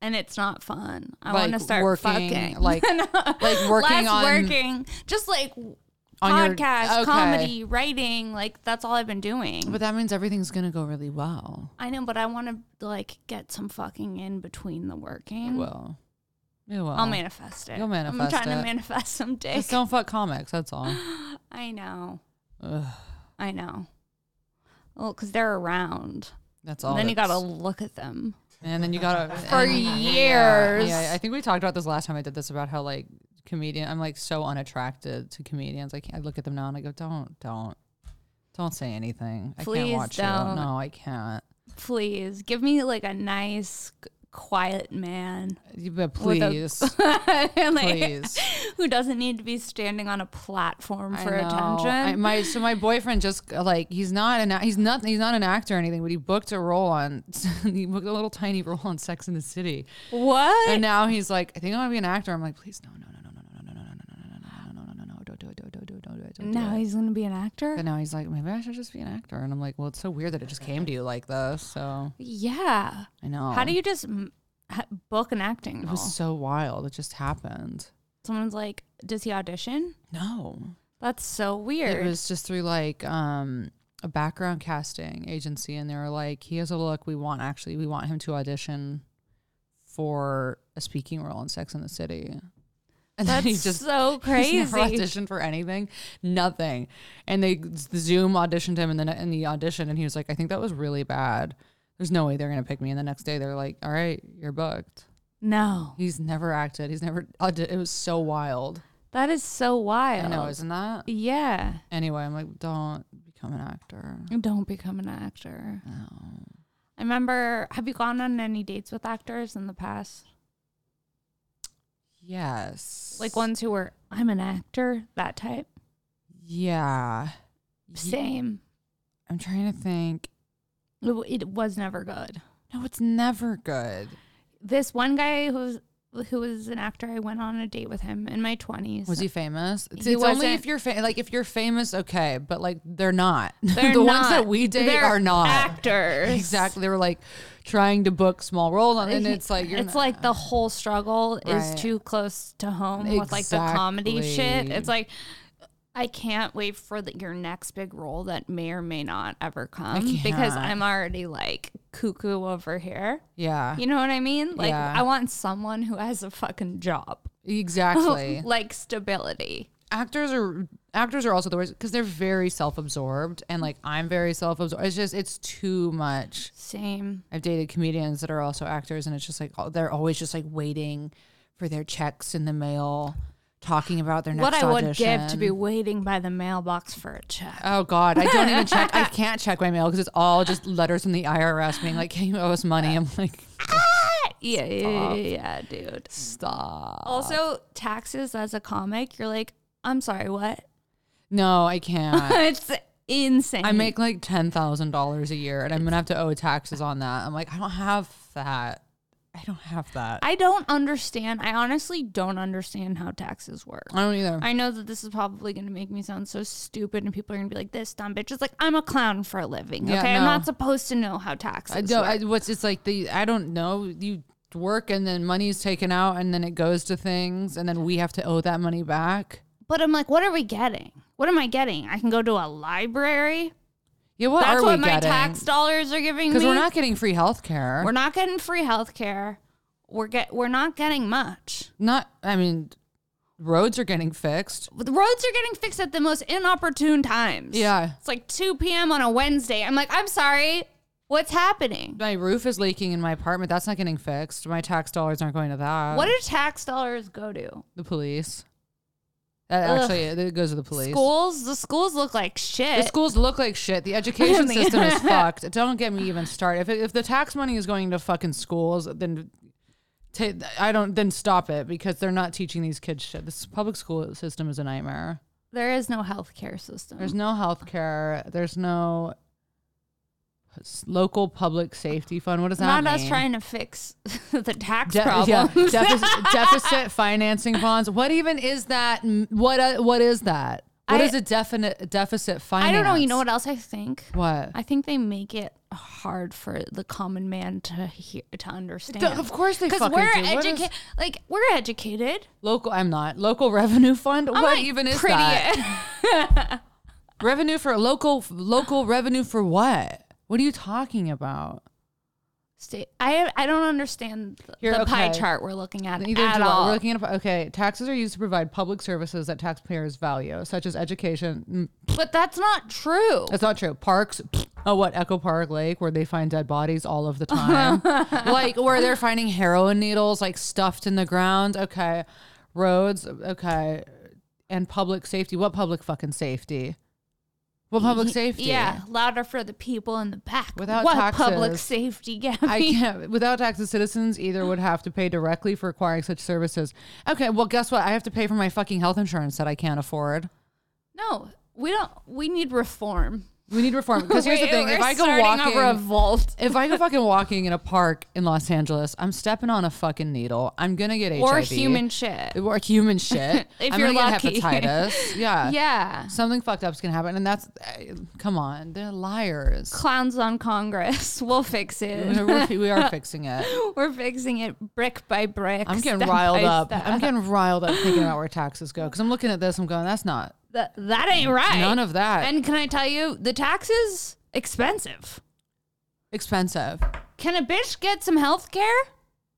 Speaker 1: and it's not fun. I
Speaker 2: Like
Speaker 1: want to start
Speaker 2: working,
Speaker 1: fucking.
Speaker 2: like-
Speaker 1: No.
Speaker 2: like working
Speaker 1: Less
Speaker 2: on-
Speaker 1: working, just like
Speaker 2: On your-
Speaker 1: podcast,
Speaker 2: okay.
Speaker 1: comedy, writing. Like that's all I've been doing.
Speaker 2: But that means everything's gonna go really well.
Speaker 1: I know, but I want to like get some fucking in between the working.
Speaker 2: Well. Yeah. Well.
Speaker 1: I'll manifest it.
Speaker 2: You'll
Speaker 1: I'm
Speaker 2: manifest
Speaker 1: trying to
Speaker 2: it.
Speaker 1: manifest some dick.
Speaker 2: Just don't fuck comics. That's all.
Speaker 1: I know.
Speaker 2: Ugh,
Speaker 1: I know. Well, because they're around.
Speaker 2: that's all.
Speaker 1: then you gotta
Speaker 2: that's-
Speaker 1: look at them.
Speaker 2: And then you gotta
Speaker 1: For
Speaker 2: and-
Speaker 1: years.
Speaker 2: Yeah, yeah, I think we talked about this last time I did this about how like comedian. I'm like so unattracted to comedians. I can't. I look at them now and I go, don't, don't, don't say anything. I
Speaker 1: Please
Speaker 2: can't watch
Speaker 1: don't.
Speaker 2: you. No, I can't.
Speaker 1: Please give me like a nice, c- quiet man.
Speaker 2: You- But
Speaker 1: with a-
Speaker 2: please,
Speaker 1: And, like,
Speaker 2: please.
Speaker 1: who doesn't need to be standing on a platform for
Speaker 2: I know.
Speaker 1: attention.
Speaker 2: I, my so my boyfriend just like he's not an he's not he's not an actor or anything, but he booked a role on he booked a little tiny role on Sex in the City,
Speaker 1: what?
Speaker 2: and now he's like, I think I want to be an actor. I'm like, please, no, no, no, no, no, no, no, no, no, no, no, no, no, no, no, no, no, no, don't do it, don't do it, don't do it, don't do it, don't do
Speaker 1: now
Speaker 2: it.
Speaker 1: he's gonna be an actor.
Speaker 2: But now he's like, maybe I should just be an actor. And I'm like, well, it's so weird that it just came to you like this. So
Speaker 1: Yeah.
Speaker 2: I know.
Speaker 1: How do you just m- ha- book an acting
Speaker 2: It
Speaker 1: role?
Speaker 2: was so wild. It just happened.
Speaker 1: Someone's like, "Does he audition?"
Speaker 2: No,
Speaker 1: That's so
Speaker 2: it
Speaker 1: weird.
Speaker 2: was just through like um, a background casting agency, and they were like, he has a look. We want actually, we want him to audition for a speaking role in Sex in the City. And
Speaker 1: That's so
Speaker 2: He's never
Speaker 1: crazy.
Speaker 2: auditioned for anything, nothing. And they the Zoom auditioned him, and then in the audition, and he was like, "I think that was really bad. There's no way they're gonna pick me." And the next day, they're like, "All right, you're booked."
Speaker 1: no,
Speaker 2: He's never acted. He's never. audi- It was so wild.
Speaker 1: that is so wild.
Speaker 2: I know, isn't that?
Speaker 1: yeah.
Speaker 2: Anyway, I'm like, don't become an actor.
Speaker 1: Don't become an actor. I remember. Have you gone on any dates with actors in the past?
Speaker 2: Yes.
Speaker 1: Like ones who were, I'm an actor, that type.
Speaker 2: Yeah.
Speaker 1: Same.
Speaker 2: I'm trying to think.
Speaker 1: It w- It was never good.
Speaker 2: No, it's never good.
Speaker 1: This one guy who was who was an actor, I went on a date with him in my twenties.
Speaker 2: Was he famous? It's,
Speaker 1: He
Speaker 2: it's only
Speaker 1: wasn't-
Speaker 2: if you're fa- like if you're famous, okay, but like they're not.
Speaker 1: They're
Speaker 2: the ones
Speaker 1: not-
Speaker 2: that we date
Speaker 1: they're
Speaker 2: are not
Speaker 1: actors.
Speaker 2: Exactly, they were like trying to book small roles, on- and it's like you're
Speaker 1: it's
Speaker 2: not-
Speaker 1: like the whole struggle
Speaker 2: Right.
Speaker 1: is too close to home with like the comedy shit.
Speaker 2: Exactly.
Speaker 1: It's like I can't wait for the, your next big role that may or may not ever come because
Speaker 2: can't.
Speaker 1: I'm already like cuckoo over here.
Speaker 2: yeah,
Speaker 1: You know what I mean? Like
Speaker 2: Yeah.
Speaker 1: I want someone who has a fucking job,
Speaker 2: exactly.
Speaker 1: like stability.
Speaker 2: actors are actors are also the worst because they're very self-absorbed, and like I'm very self-absorbed. It's just it's too much.
Speaker 1: Same.
Speaker 2: I've dated comedians that are also actors, and it's just like all- they're always just like waiting for their checks in the mail, talking about their next
Speaker 1: what I would give to
Speaker 2: audition.
Speaker 1: be waiting by the mailbox for a check.
Speaker 2: Oh God, I don't even check. I can't check my mail because it's all just letters from the IRS being like, "Can you owe us money?" I'm like,
Speaker 1: Yeah, yeah, yeah, yeah, dude.
Speaker 2: "Stop."
Speaker 1: Also, taxes as a comic, you're like, I'm sorry, what?
Speaker 2: No, I can't.
Speaker 1: it's insane.
Speaker 2: I make like ten thousand dollars a year, and I'm gonna have to owe taxes on that. I'm like, I don't have that. I don't have that. I,
Speaker 1: I don't understand. I honestly don't understand how taxes work.
Speaker 2: don't either.
Speaker 1: I know that this is probably going to make me sound so stupid, and people are going to be like, "This dumb bitch." It's like I'm a clown for a living.
Speaker 2: Yeah,
Speaker 1: okay, I'm
Speaker 2: no.
Speaker 1: not supposed to know how taxes.
Speaker 2: I don't. I, what's it's like the I don't know. You work, and then money's taken out, and then it goes to things, and then we have to owe that money back.
Speaker 1: but I'm like, what are we getting? What am I getting? I can go to a library.
Speaker 2: Yeah, what
Speaker 1: That's
Speaker 2: are
Speaker 1: what
Speaker 2: we
Speaker 1: my
Speaker 2: getting?
Speaker 1: tax dollars are giving me.
Speaker 2: Because we're not getting free health care.
Speaker 1: We're not getting free health care. We're get we're not getting much.
Speaker 2: not. I mean, roads are getting fixed.
Speaker 1: The roads are getting fixed at the most inopportune times.
Speaker 2: Yeah.
Speaker 1: It's like 2 p.m. on a Wednesday. I'm like, I'm sorry. What's happening?
Speaker 2: My roof is leaking in my apartment. That's not getting fixed. My tax dollars aren't going to that.
Speaker 1: what do tax dollars go to?
Speaker 2: the police? That
Speaker 1: Ugh.
Speaker 2: actually, it goes to the police.
Speaker 1: Schools? The schools look like shit.
Speaker 2: The schools look like shit. The education system is fucked. Don't get me even started. If, if the tax money is going to fucking schools, then ta I don't then stop it because they're not teaching these kids shit. This public school system is a nightmare.
Speaker 1: there is no healthcare system.
Speaker 2: There's no health care. There's no s- local public safety fund. What does that
Speaker 1: not
Speaker 2: mean?
Speaker 1: us trying to fix the tax
Speaker 2: De- yeah,
Speaker 1: problem.
Speaker 2: deficit, deficit financing bonds. What even is that? M- What uh, what is that? What
Speaker 1: I-
Speaker 2: is a definite deficit finance?
Speaker 1: I don't know. You know what else I think?
Speaker 2: What?
Speaker 1: I think they make it hard for the common man to hear to understand.
Speaker 2: Duh, of course they
Speaker 1: because
Speaker 2: fucking
Speaker 1: we're
Speaker 2: do. What is-
Speaker 1: educated. Like we're educated.
Speaker 2: Local, I'm not. Local revenue fund?
Speaker 1: I'm,
Speaker 2: what
Speaker 1: like,
Speaker 2: even is
Speaker 1: pretty-
Speaker 2: that? revenue for local local revenue for what? What are you talking about?
Speaker 1: Sta- I I don't understand th-
Speaker 2: You're
Speaker 1: the pie
Speaker 2: okay.
Speaker 1: chart we're looking at
Speaker 2: Neither
Speaker 1: at
Speaker 2: do I.
Speaker 1: all.
Speaker 2: We're looking at a- okay. Taxes are used to provide public services that taxpayers value, such as education. Mm,
Speaker 1: but that's not true.
Speaker 2: That's not true. Parks. Oh, what Echo Park Lake, where they find dead bodies all of the time, like where they're finding heroin needles like stuffed in the ground. Okay, roads. Okay, and public safety. What public fucking safety? What public safety?
Speaker 1: Yeah, louder for the people in the back.
Speaker 2: Without
Speaker 1: what public
Speaker 2: taxes.
Speaker 1: safety,
Speaker 2: I
Speaker 1: Gabby?
Speaker 2: can't. Without taxes, citizens either would have to pay directly for acquiring such services. Okay, well, guess what? I have to pay for my fucking health insurance that I can't afford.
Speaker 1: No, we don't. We need reform.
Speaker 2: We need reform. Because here's the
Speaker 1: We-
Speaker 2: thing:
Speaker 1: we're
Speaker 2: if I go
Speaker 1: starting
Speaker 2: walking,
Speaker 1: a revolt
Speaker 2: if I go fucking walking in a park in Los Angeles, I'm stepping on a fucking needle. I'm gonna get
Speaker 1: or
Speaker 2: HIV.
Speaker 1: human shit.
Speaker 2: or human shit.
Speaker 1: If
Speaker 2: I'm
Speaker 1: you're
Speaker 2: gonna
Speaker 1: lucky.
Speaker 2: get hepatitis. Yeah.
Speaker 1: Yeah,
Speaker 2: Something fucked up's gonna happen, and that's eh, come on, they're liars.
Speaker 1: clowns on Congress. We'll fix it.
Speaker 2: We're- we are fixing it.
Speaker 1: We're fixing it brick by brick.
Speaker 2: I'm getting
Speaker 1: step
Speaker 2: riled
Speaker 1: by
Speaker 2: up.
Speaker 1: step.
Speaker 2: I'm getting riled up thinking about where taxes go because I'm looking at this. I'm going, that's not
Speaker 1: Th- that ain't right.
Speaker 2: Mm, none of that
Speaker 1: And can I tell you, the taxes expensive.
Speaker 2: expensive.
Speaker 1: Can a bitch get some health care?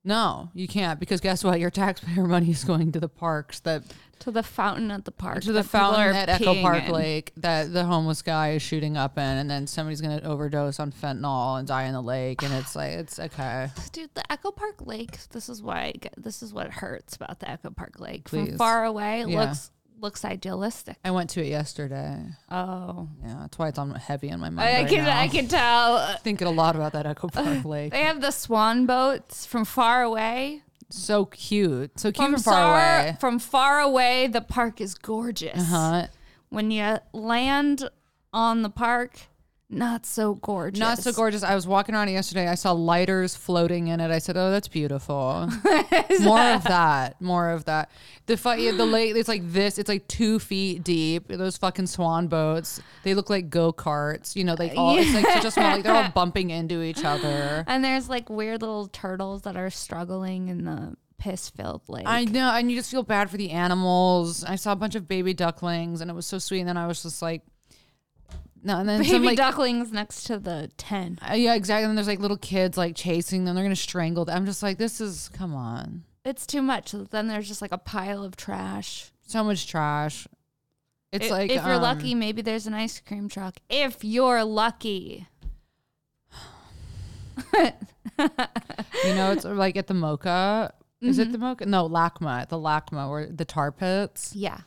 Speaker 2: No, you can't because guess what? Your taxpayer money is going to the parks that
Speaker 1: To the fountain at the park.
Speaker 2: to
Speaker 1: that
Speaker 2: the
Speaker 1: people are
Speaker 2: fountain at Echo
Speaker 1: peeing
Speaker 2: Park
Speaker 1: in.
Speaker 2: Lake that the homeless guy is shooting up in, and then somebody's gonna overdose on fentanyl and die in the lake, and it's like it's okay.
Speaker 1: Dude, the Echo Park Lake. This is why. I get, this is what hurts about the Echo Park Lake.
Speaker 2: Please.
Speaker 1: From far away, it
Speaker 2: Yeah.
Speaker 1: looks looks idealistic.
Speaker 2: I went to it yesterday.
Speaker 1: Oh,
Speaker 2: Yeah, that's why it's on heavy on my mind.
Speaker 1: I,
Speaker 2: right
Speaker 1: can
Speaker 2: now.
Speaker 1: I can tell.
Speaker 2: thinking a lot about that Echo Park Lake.
Speaker 1: They have the swan boats from far away.
Speaker 2: So cute, so cute
Speaker 1: From
Speaker 2: and far
Speaker 1: far,
Speaker 2: away. Uh-huh.
Speaker 1: from far away, the park is gorgeous.
Speaker 2: Huh?
Speaker 1: When you land on the park, not so gorgeous.
Speaker 2: Not so gorgeous. I was walking around it yesterday. I saw lighters floating in it. I said, "Oh, that's beautiful." More of that. More of that. The fu- yeah, the lake. It's like this. It's like two feet deep. Those fucking swan boats. They look like go karts. You know, like all. It's like such a small. Like they're all bumping into each other.
Speaker 1: And there's like weird little turtles that are struggling in the piss filled lake.
Speaker 2: I know, and you just feel bad for the animals. I saw a bunch of baby ducklings, and it was so sweet. And then I was just like, no. And then
Speaker 1: Baby
Speaker 2: some, like,
Speaker 1: ducklings next to the tent.
Speaker 2: Uh, yeah, exactly. And there's like little kids like chasing them. They're gonna strangle them. I'm just like, this is come on.
Speaker 1: It's too much. Then there's just like a pile of trash.
Speaker 2: So much trash. It's
Speaker 1: I-
Speaker 2: like
Speaker 1: if you're
Speaker 2: um,
Speaker 1: lucky, maybe there's an ice cream truck. If you're lucky.
Speaker 2: You know, it's like at the mocha. Is
Speaker 1: Mm-hmm.
Speaker 2: it the mocha? No, LACMA. At the LACMA where the tar pits.
Speaker 1: Yeah.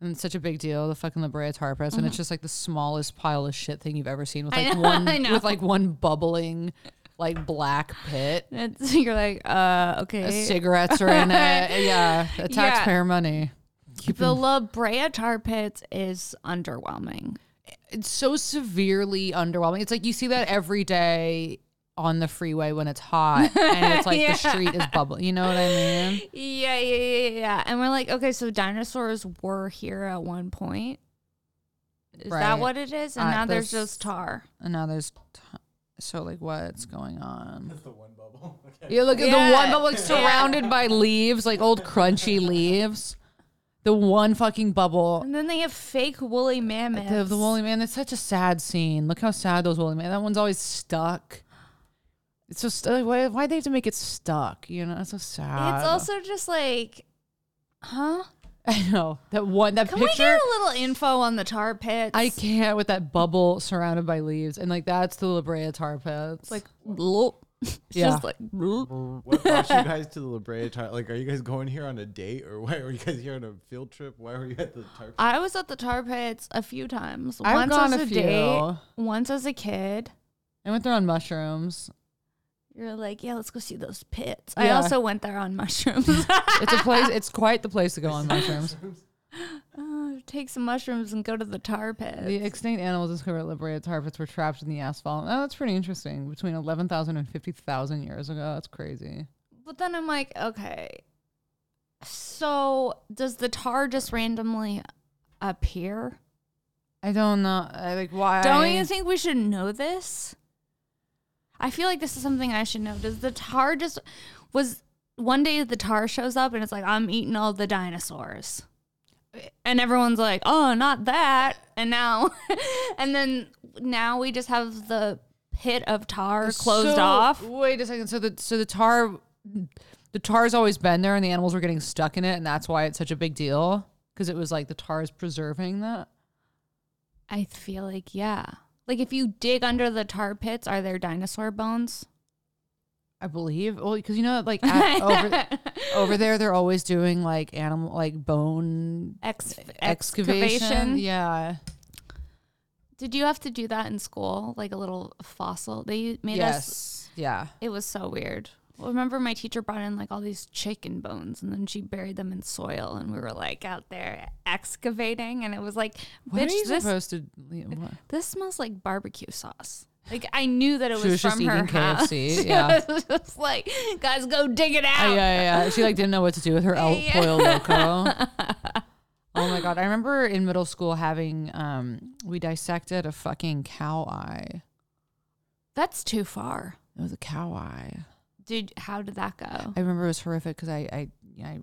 Speaker 2: And it's such a big deal, the fucking La Brea tar pits. And it's just like the smallest pile of shit thing you've ever seen with
Speaker 1: Mm-hmm. I
Speaker 2: like
Speaker 1: know, I
Speaker 2: one
Speaker 1: know.
Speaker 2: with like one bubbling like black pit.
Speaker 1: It's, you're like, uh, okay.
Speaker 2: Cigarettes are in it. Yeah. Taxpayer money.
Speaker 1: The La Brea Tar Pits is underwhelming.
Speaker 2: it's so severely underwhelming. It's like you see that every day on the freeway when it's hot and it's like
Speaker 1: Yeah.
Speaker 2: the street is bubbling. You know what I mean?
Speaker 1: Yeah, yeah, yeah, yeah, yeah. And we're like, okay, so dinosaurs were here at one point. Is
Speaker 2: Right.
Speaker 1: that what it is? And
Speaker 2: Uh,
Speaker 1: now there's
Speaker 2: this-
Speaker 1: just tar.
Speaker 2: And now there's t- so like what's going on?
Speaker 3: The one bubble. Okay.
Speaker 2: Yeah, look at the one
Speaker 1: Yeah.
Speaker 2: bubble like surrounded by leaves, like old crunchy leaves. The one fucking bubble.
Speaker 1: And then they have fake woolly mammoths.
Speaker 2: The, the woolly man. That's such a sad scene. Look how sad those woolly man. That one's always stuck. It's so stu- why why they have to make it stuck? You know, it's so sad.
Speaker 1: It's also just like, huh?
Speaker 2: I know that one that
Speaker 1: Can we
Speaker 2: picture.
Speaker 1: get a little info on the tar pits?
Speaker 2: I can't with that bubble surrounded by leaves, and like that's the La Brea tar pits.
Speaker 1: like, bloop. It's
Speaker 2: Yeah.
Speaker 1: just like, bloop.
Speaker 3: What brought you guys to the La Brea Tar? Like, are you guys going here on a date, or why were you guys here on a field trip? Why were you at the tar?
Speaker 1: I was at the tar pits a few times.
Speaker 2: I've
Speaker 1: once
Speaker 2: gone
Speaker 1: as
Speaker 2: a
Speaker 1: a,
Speaker 2: few.
Speaker 1: date, once as a kid.
Speaker 2: I went there on mushrooms.
Speaker 1: You're like, yeah, let's go see those pits. I
Speaker 2: Yeah.
Speaker 1: also went there on mushrooms.
Speaker 2: It's a place. it's quite the place to go on mushrooms.
Speaker 1: Oh, Take some mushrooms and go to the tar pits.
Speaker 2: The extinct animals discovered at La Brea tar pits were trapped in the asphalt. Oh, that's pretty interesting. Between 11,000 and 50,000 years ago. That's crazy.
Speaker 1: But then I'm like, okay. So does the tar just randomly appear?
Speaker 2: I don't know. I, like why?
Speaker 1: Don't you think we should know this? I feel like this is something I should know. Does the tar just was one day the tar shows up and it's like I'm eating all the dinosaurs. And everyone's like, "Oh, not that." And now and then now we just have the pit of tar closed
Speaker 2: So-
Speaker 1: off.
Speaker 2: Wait a second. So the so the tar, the tar's always been there, and the animals were getting stuck in it, and that's why it's such a big deal because it was like the tar is preserving that.
Speaker 1: I feel like yeah. Like if you dig under the tar pits, are there dinosaur bones?
Speaker 2: I believe. Well, because you know, that, like
Speaker 1: Uh,
Speaker 2: at, over over there, they're always doing like animal, like bone
Speaker 1: Ex-
Speaker 2: excavation.
Speaker 1: excavation.
Speaker 2: Yeah.
Speaker 1: Did you have to do that in school? Like a little fossil? They made us.
Speaker 2: Yes. Yeah.
Speaker 1: It was so weird. Well, remember, my teacher brought in like all these chicken bones, and then she buried them in soil, and we were like out there excavating, and it was like,
Speaker 2: What are
Speaker 1: bitch,
Speaker 2: you
Speaker 1: this
Speaker 2: supposed to? yeah, What?
Speaker 1: this smells like barbecue sauce. Like I knew that it was,
Speaker 2: She was
Speaker 1: from
Speaker 2: just
Speaker 1: her
Speaker 2: eating
Speaker 1: house.
Speaker 2: KFC,
Speaker 1: She
Speaker 2: yeah.
Speaker 1: was just like, guys, go dig it out.
Speaker 2: Oh, yeah, yeah, yeah. She like didn't know what to do with her El
Speaker 1: Yeah.
Speaker 2: Pollo Loco. Oh my god! I remember in middle school having um, we dissected a fucking cow eye.
Speaker 1: That's too far.
Speaker 2: It was a cow eye.
Speaker 1: Did how did that go?
Speaker 2: I remember it was horrific because I I I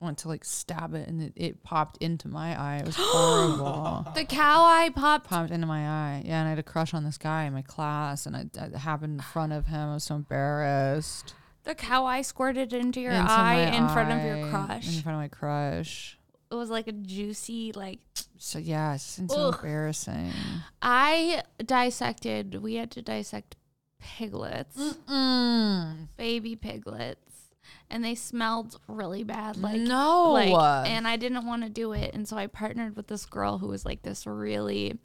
Speaker 2: went to like stab it and it, it popped into my eye. It was horrible.
Speaker 1: The cow eye popped.
Speaker 2: popped into my eye. Yeah, and I had a crush on this guy in my class, and it, it happened in front of him. I was so embarrassed.
Speaker 1: The cow eye squirted into your
Speaker 2: Into
Speaker 1: eye
Speaker 2: my
Speaker 1: in front of
Speaker 2: eye,
Speaker 1: your
Speaker 2: In
Speaker 1: crush.
Speaker 2: front of my crush.
Speaker 1: It was like a juicy, like
Speaker 2: So yes, and so
Speaker 1: Ugh.
Speaker 2: embarrassing.
Speaker 1: I dissected. We had to dissect piglets, baby piglets, and they smelled really bad. Like
Speaker 2: No.
Speaker 1: like, and I didn't want to do it, and so I partnered with this girl who was like this really.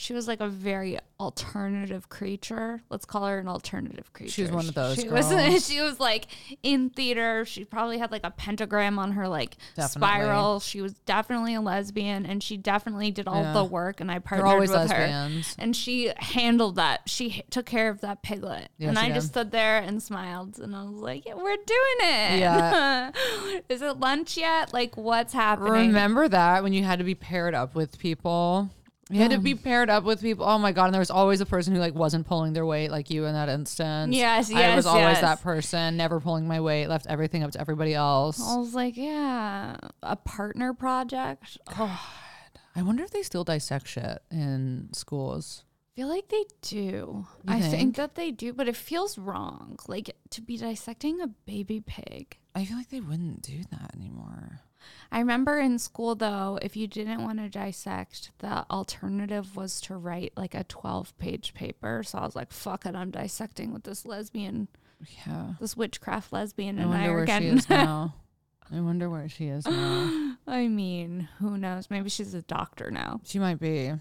Speaker 1: She was like a very alternative creature. Let's call her an alternative creature.
Speaker 2: one of those
Speaker 1: She was.
Speaker 2: girls.
Speaker 1: She was like in theater. She probably had like a pentagram on her like
Speaker 2: Definitely.
Speaker 1: spiral. She was definitely a lesbian, and she definitely did all
Speaker 2: Yeah.
Speaker 1: the work. And I partnered
Speaker 2: always
Speaker 1: with
Speaker 2: lesbians.
Speaker 1: her, and she handled that. She h- took care of that piglet,
Speaker 2: Yeah,
Speaker 1: and
Speaker 2: she
Speaker 1: I
Speaker 2: did.
Speaker 1: just stood there and smiled, and I was like, yeah, "We're doing it."
Speaker 2: Yeah.
Speaker 1: Is it lunch yet? Like, what's happening?
Speaker 2: Remember that when you had to be paired up with people. You had to be paired up with people. Oh my god! And there was always a person who like wasn't pulling their weight, like you in that instance.
Speaker 1: Yes,
Speaker 2: I
Speaker 1: yes,
Speaker 2: was always
Speaker 1: yes.
Speaker 2: that person, never pulling my weight, left everything up to everybody else.
Speaker 1: I was like, yeah, a partner project. Oh,
Speaker 2: I wonder if they still dissect shit in schools.
Speaker 1: I feel like they do. I
Speaker 2: think?
Speaker 1: think that they do, but it feels wrong. Like to be dissecting a baby pig.
Speaker 2: I feel like they wouldn't do that anymore.
Speaker 1: I remember in school though, if you didn't want to dissect, the alternative was to write like a 12-page paper. So I was like, fuck it, I'm dissecting with this lesbian,
Speaker 2: Yeah.
Speaker 1: this witchcraft lesbian
Speaker 2: I
Speaker 1: and I
Speaker 2: wonder
Speaker 1: are
Speaker 2: where she
Speaker 1: getting
Speaker 2: is now. I wonder where she is now.
Speaker 1: I mean, who knows? Maybe she's a doctor now.
Speaker 2: She might be.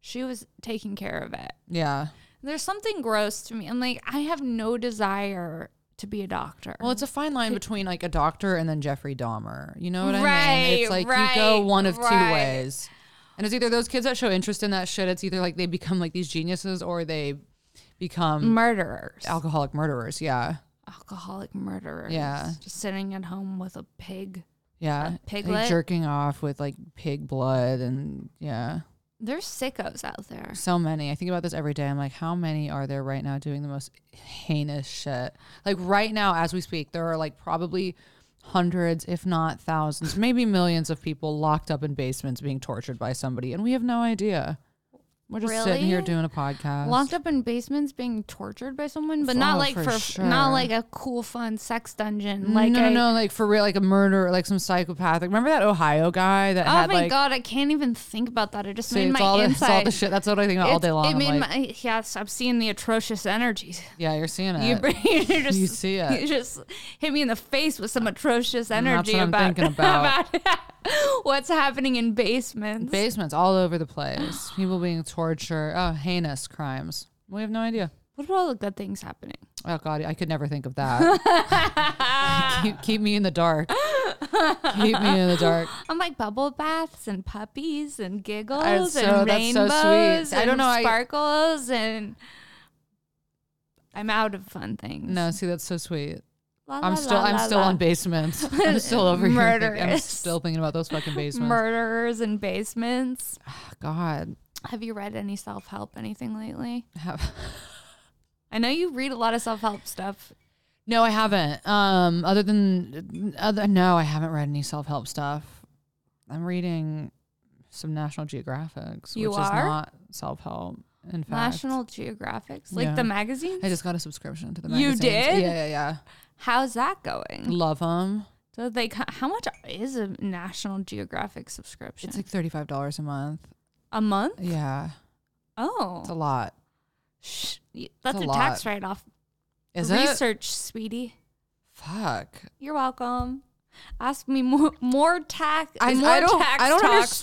Speaker 1: She was taking care of it.
Speaker 2: Yeah.
Speaker 1: There's something gross to me. I'm like, I have no desire to be a doctor.
Speaker 2: Well, it's a fine line between like a doctor and then Jeffrey Dahmer. You know what I
Speaker 1: Right,
Speaker 2: mean? It's like you go
Speaker 1: right,
Speaker 2: one of two
Speaker 1: right.
Speaker 2: ways. And it's either those kids that show interest in that shit, it's either like they become like these geniuses or they become
Speaker 1: Mm. Murderers.
Speaker 2: alcoholic murderers. Yeah.
Speaker 1: Alcoholic murderers.
Speaker 2: Yeah.
Speaker 1: Just sitting at home with a pig.
Speaker 2: Yeah.
Speaker 1: piglet?
Speaker 2: Like jerking off with like pig blood and yeah.
Speaker 1: There's sickos out there.
Speaker 2: So many. I think about this every day. I'm like, how many are there right now doing the most heinous shit? Like right now, as we speak, there are like probably hundreds, if not thousands, maybe millions of people locked up in basements being tortured by somebody, and we have no idea. We're just sitting here
Speaker 1: Really?
Speaker 2: doing a podcast.
Speaker 1: Locked up in basements being tortured by someone, but not
Speaker 2: Oh,
Speaker 1: like
Speaker 2: for
Speaker 1: for,
Speaker 2: sure.
Speaker 1: not like a cool fun sex dungeon. Like
Speaker 2: no, no,
Speaker 1: a-
Speaker 2: no, like for real, like a murder, like some psychopathic. Remember that Ohio guy that
Speaker 1: Oh
Speaker 2: had
Speaker 1: my
Speaker 2: like,
Speaker 1: god, I can't even think about that. It just
Speaker 2: see,
Speaker 1: made my
Speaker 2: it's all, the, it's
Speaker 1: inside.
Speaker 2: all the shit. That's what I think about all
Speaker 1: It's-
Speaker 2: day long.
Speaker 1: It
Speaker 2: I'm
Speaker 1: made
Speaker 2: like,
Speaker 1: my yes. I'm seeing the atrocious energy.
Speaker 2: yeah, you're seeing it.
Speaker 1: You, bring- you just
Speaker 2: Uh, You see it.
Speaker 1: You just hit me in the face with some atrocious energy
Speaker 2: what I'm
Speaker 1: about
Speaker 2: thinking about.
Speaker 1: about what's happening in basements.
Speaker 2: basements all over the place. People being tortured. Oh, heinous crimes. We have no idea.
Speaker 1: what are all the good things happening?
Speaker 2: Oh God, I could never think of that. keep, keep me in the dark. Keep me in the dark.
Speaker 1: I'm like bubble baths and puppies and giggles
Speaker 2: That's so-
Speaker 1: and
Speaker 2: that's so
Speaker 1: rainbows
Speaker 2: sweet.
Speaker 1: and
Speaker 2: I don't know, I-
Speaker 1: sparkles and I'm out of fun things.
Speaker 2: No, see, that's so sweet.
Speaker 1: La, la,
Speaker 2: I'm still,
Speaker 1: la,
Speaker 2: I'm
Speaker 1: la,
Speaker 2: still
Speaker 1: la.
Speaker 2: on basements. I'm still over here. thinking- I'm
Speaker 1: Murderous.
Speaker 2: still thinking about those fucking basements.
Speaker 1: murderers and basements.
Speaker 2: God,
Speaker 1: Have you read any self help anything lately?
Speaker 2: have,
Speaker 1: I know you read a lot of self help stuff.
Speaker 2: no, I haven't. Um, other than other, no, I haven't read any self help stuff. I'm reading some National Geographics,
Speaker 1: You
Speaker 2: which
Speaker 1: are?
Speaker 2: is not self help. In fact,
Speaker 1: National Geographics, like
Speaker 2: Yeah.
Speaker 1: the magazines.
Speaker 2: I just got a subscription to the
Speaker 1: You
Speaker 2: magazines.
Speaker 1: did?
Speaker 2: Yeah, yeah,
Speaker 1: How's that
Speaker 2: yeah.
Speaker 1: going?
Speaker 2: Love them.
Speaker 1: So they, co- how much is a National Geographic subscription?
Speaker 2: It's like thirty-five dollars a month.
Speaker 1: a month.
Speaker 2: Yeah,
Speaker 1: Oh,
Speaker 2: it's a lot.
Speaker 1: Shh, y- that's
Speaker 2: a
Speaker 1: a, tax
Speaker 2: lot.
Speaker 1: write off.
Speaker 2: Is it?
Speaker 1: Research, sweetie.
Speaker 2: Fuck.
Speaker 1: You're welcome. Ask me more, more tax.
Speaker 2: I,
Speaker 1: more
Speaker 2: I don't.
Speaker 1: tax
Speaker 2: I don't
Speaker 1: talks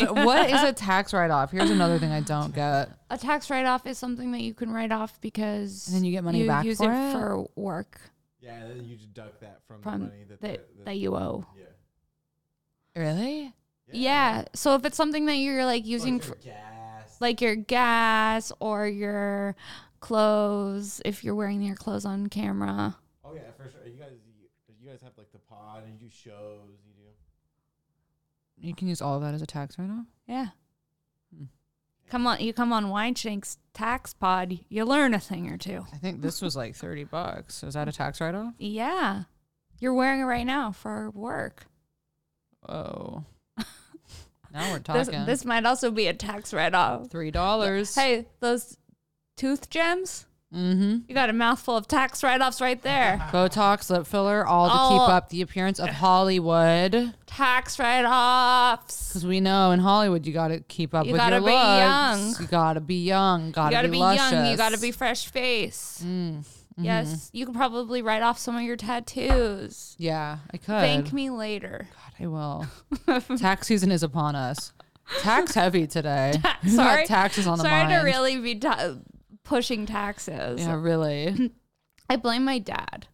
Speaker 1: With me.
Speaker 2: what is a tax write-off? Here's another thing I don't get.
Speaker 1: a tax write off is something that you can write off because
Speaker 2: And then you get money
Speaker 1: you
Speaker 2: back
Speaker 1: use
Speaker 2: for
Speaker 1: it,
Speaker 2: it?
Speaker 1: for work
Speaker 3: Yeah, then you deduct that from,
Speaker 1: from
Speaker 3: the money that,
Speaker 1: that,
Speaker 3: the,
Speaker 1: that you owe.
Speaker 3: yeah.
Speaker 2: Really?
Speaker 1: Yeah. So if it's something that you're like using for
Speaker 3: Oh, gas.
Speaker 1: like your gas or your clothes, if you're wearing your clothes on camera.
Speaker 3: Oh yeah, for sure. You guys, you, you guys have like the pod and you do shows. You do.
Speaker 2: You can use all of that as a tax write-off.
Speaker 1: Yeah.
Speaker 2: Hmm.
Speaker 1: Come on, you come on Wine Shanks Tax Pod, you learn a thing or two.
Speaker 2: I think this was like thirty bucks. Is that a tax write-off?
Speaker 1: Yeah. You're wearing it right now for work.
Speaker 2: Oh. now we're
Speaker 1: This,
Speaker 2: talking.
Speaker 1: this might also be a tax write off.
Speaker 2: three dollars.
Speaker 1: Hey, those tooth gems,
Speaker 2: Mm-hmm.
Speaker 1: you got a mouthful of tax write offs right there.
Speaker 2: Botox, lip filler, all to
Speaker 1: All-
Speaker 2: keep up the appearance of Hollywood.
Speaker 1: tax write offs.
Speaker 2: Because we know in Hollywood, you got to keep up
Speaker 1: You
Speaker 2: with
Speaker 1: gotta
Speaker 2: your
Speaker 1: be
Speaker 2: looks.
Speaker 1: young.
Speaker 2: You got to be young. Got
Speaker 1: You
Speaker 2: to
Speaker 1: gotta
Speaker 2: be,
Speaker 1: be
Speaker 2: luscious. Mm. Mm-hmm.
Speaker 1: young. You gotta be fresh face. Yes, you can probably write off some of your tattoos.
Speaker 2: Yeah, I could.
Speaker 1: Thank me later.
Speaker 2: God, I will. tax season is upon us. Tax heavy today. We've got
Speaker 1: Sorry,
Speaker 2: taxes on the
Speaker 1: sorry
Speaker 2: mind.
Speaker 1: to really be ta- pushing taxes.
Speaker 2: Yeah, really.
Speaker 1: I blame my dad,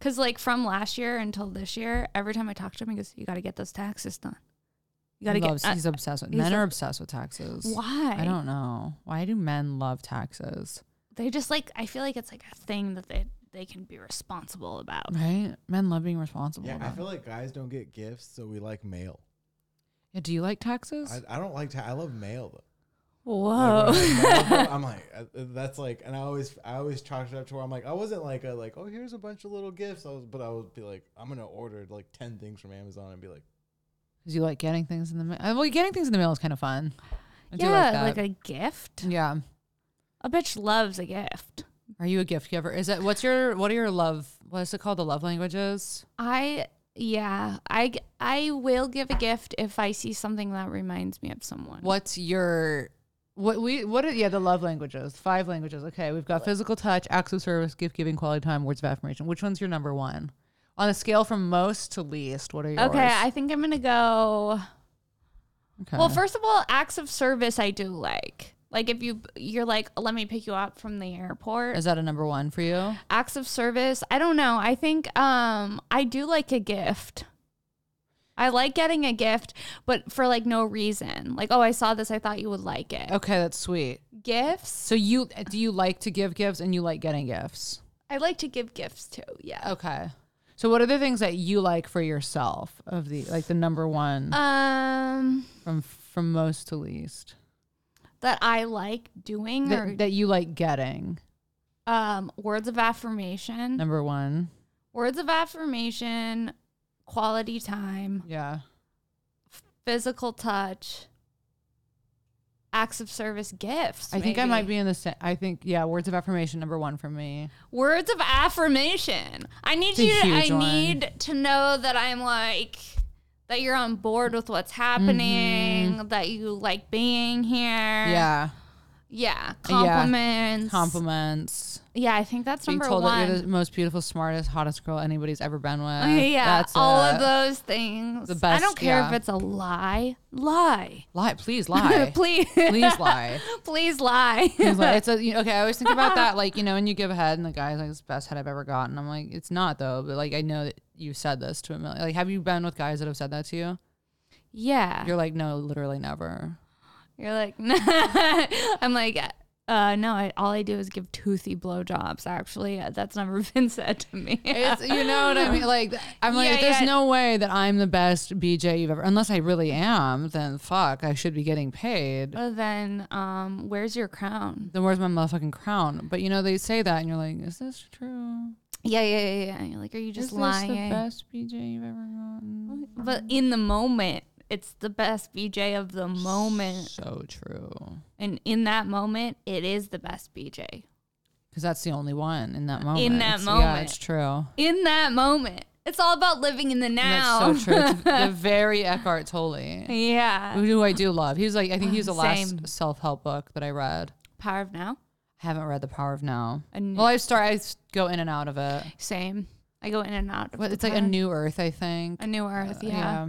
Speaker 1: cause like from last year until this year, every time I talk to him, he goes, "You gotta get those taxes done. You gotta
Speaker 2: He loves-
Speaker 1: get."
Speaker 2: he's
Speaker 1: uh,
Speaker 2: obsessed with
Speaker 1: he's
Speaker 2: men
Speaker 1: a-
Speaker 2: are obsessed with taxes.
Speaker 1: why?
Speaker 2: I don't know. Why do men love taxes?
Speaker 1: They just like. I feel like it's like a thing that they they can be responsible about.
Speaker 2: Right? Men love being responsible.
Speaker 3: Yeah, I
Speaker 2: about it.
Speaker 3: feel like guys don't get gifts, so we like mail.
Speaker 2: Yeah, do you like taxes?
Speaker 3: I, I don't like. Ta- I love mail though.
Speaker 1: Whoa.
Speaker 3: Like, when I go over, I'm like, uh, that's like, and I always, I always chalked it up to where I'm like, I wasn't like a like, oh, here's a bunch of little gifts. I was, but I would be like, I'm gonna order like ten things from Amazon and be like,
Speaker 2: Because you like getting things in the mail. Well, getting things in the mail is kind of fun. I do like
Speaker 1: yeah,
Speaker 2: that.
Speaker 1: like, a gift.
Speaker 2: yeah.
Speaker 1: A bitch loves a gift.
Speaker 2: Are you a gift giver? Is that what's your what are your love? What's it called? The love languages.
Speaker 1: I yeah, I g- I will give a gift if I see something that reminds me of someone.
Speaker 2: What's your what we what are yeah the love languages? Five languages. Okay, we've got physical touch, acts of service, gift giving, quality time, words of affirmation. Which one's your number one? On a scale from most to least, what are yours?
Speaker 1: Okay, I think I'm gonna go.
Speaker 2: okay.
Speaker 1: Well, first of all, acts of service I do like. Like if you you're like, let me pick you up from the airport.
Speaker 2: is that a number one for you?
Speaker 1: acts of service. I don't know. I think um I do like a gift. I like getting a gift, but for like no reason. Like, oh, I saw this. I thought you would like it.
Speaker 2: Okay, that's sweet.
Speaker 1: Gifts.
Speaker 2: So you do you like to give gifts and you like getting gifts?
Speaker 1: I like to give gifts too. Yeah.
Speaker 2: Okay. So what are the things that you like for yourself of the like the number one
Speaker 1: Uh, Um,
Speaker 2: from from most to least
Speaker 1: that I like doing or
Speaker 2: that, that you like getting?
Speaker 1: um words of affirmation.
Speaker 2: Number one.
Speaker 1: Words of affirmation, quality time,
Speaker 2: Yeah.
Speaker 1: physical touch, acts of service, gifts.
Speaker 2: I think I
Speaker 1: maybe.
Speaker 2: might be in the same. I think yeah, words of affirmation number one for me.
Speaker 1: words of affirmation. I need
Speaker 2: a
Speaker 1: you. To, I
Speaker 2: huge one.
Speaker 1: need to know that I'm like that. You're on board with what's happening. That you like being here.
Speaker 2: Mm-hmm. Yeah,
Speaker 1: Yeah.
Speaker 2: Yeah.
Speaker 1: Compliments. Yeah.
Speaker 2: compliments.
Speaker 1: I think that's
Speaker 2: Being
Speaker 1: number
Speaker 2: told that
Speaker 1: one.
Speaker 2: you're the most beautiful, smartest, hottest girl anybody's ever been with.
Speaker 1: yeah,
Speaker 2: That's
Speaker 1: all
Speaker 2: it.
Speaker 1: of those things.
Speaker 2: The
Speaker 1: I don't
Speaker 2: best,
Speaker 1: care
Speaker 2: yeah.
Speaker 1: if it's a lie. Lie.
Speaker 2: Lie, please lie.
Speaker 1: Please.
Speaker 2: please lie.
Speaker 1: Please lie.
Speaker 2: Please lie. It's a, you know, okay. I always think about that, like you know, when you give a head and the guy's like, "It's the best head I've ever gotten." I'm like, "It's not though," but like I know that you said this to a million. Like, have you been with guys that have said that to you?
Speaker 1: yeah. You're,
Speaker 2: You're like, no, literally never.
Speaker 1: like, nah. I'm like, uh, no, I, all I do is give toothy blowjobs, actually. Uh, That's never been said to me.
Speaker 2: It's, you know what I mean? Like, I'm like,
Speaker 1: Yeah,
Speaker 2: if there's
Speaker 1: yeah.
Speaker 2: no way that I'm the best BJ you've ever, unless I really am, then fuck, I should be getting paid.
Speaker 1: Well, then, um, where's your crown?
Speaker 2: Then where's my motherfucking crown? But you know, they say that and you're like, is this true?
Speaker 1: Yeah, yeah, yeah, yeah. And you're like, are you just
Speaker 2: is this the
Speaker 1: lying?
Speaker 2: best BJ you've ever gotten?
Speaker 1: But in the moment, it's the best BJ of the moment.
Speaker 2: So true.
Speaker 1: And in that moment, it is the best BJ.
Speaker 2: Because that's the only one in that moment.
Speaker 1: that
Speaker 2: So, Yeah,
Speaker 1: moment.
Speaker 2: it's true.
Speaker 1: In that moment, it's all about living in the now.
Speaker 2: And That's so true. It's the very Eckhart Tolle,
Speaker 1: yeah.
Speaker 2: who I do love. He was like, I think he was the
Speaker 1: Same.
Speaker 2: last self help book that I read.
Speaker 1: Power of now.
Speaker 2: haven't read The Power of Now.
Speaker 1: A new-
Speaker 2: well, I start. I s- go in and out of it.
Speaker 1: Same. I go in and out. Of
Speaker 2: But
Speaker 1: the
Speaker 2: it's like a
Speaker 1: power-
Speaker 2: New Earth, I think.
Speaker 1: a new earth.
Speaker 2: Uh,
Speaker 1: Yeah.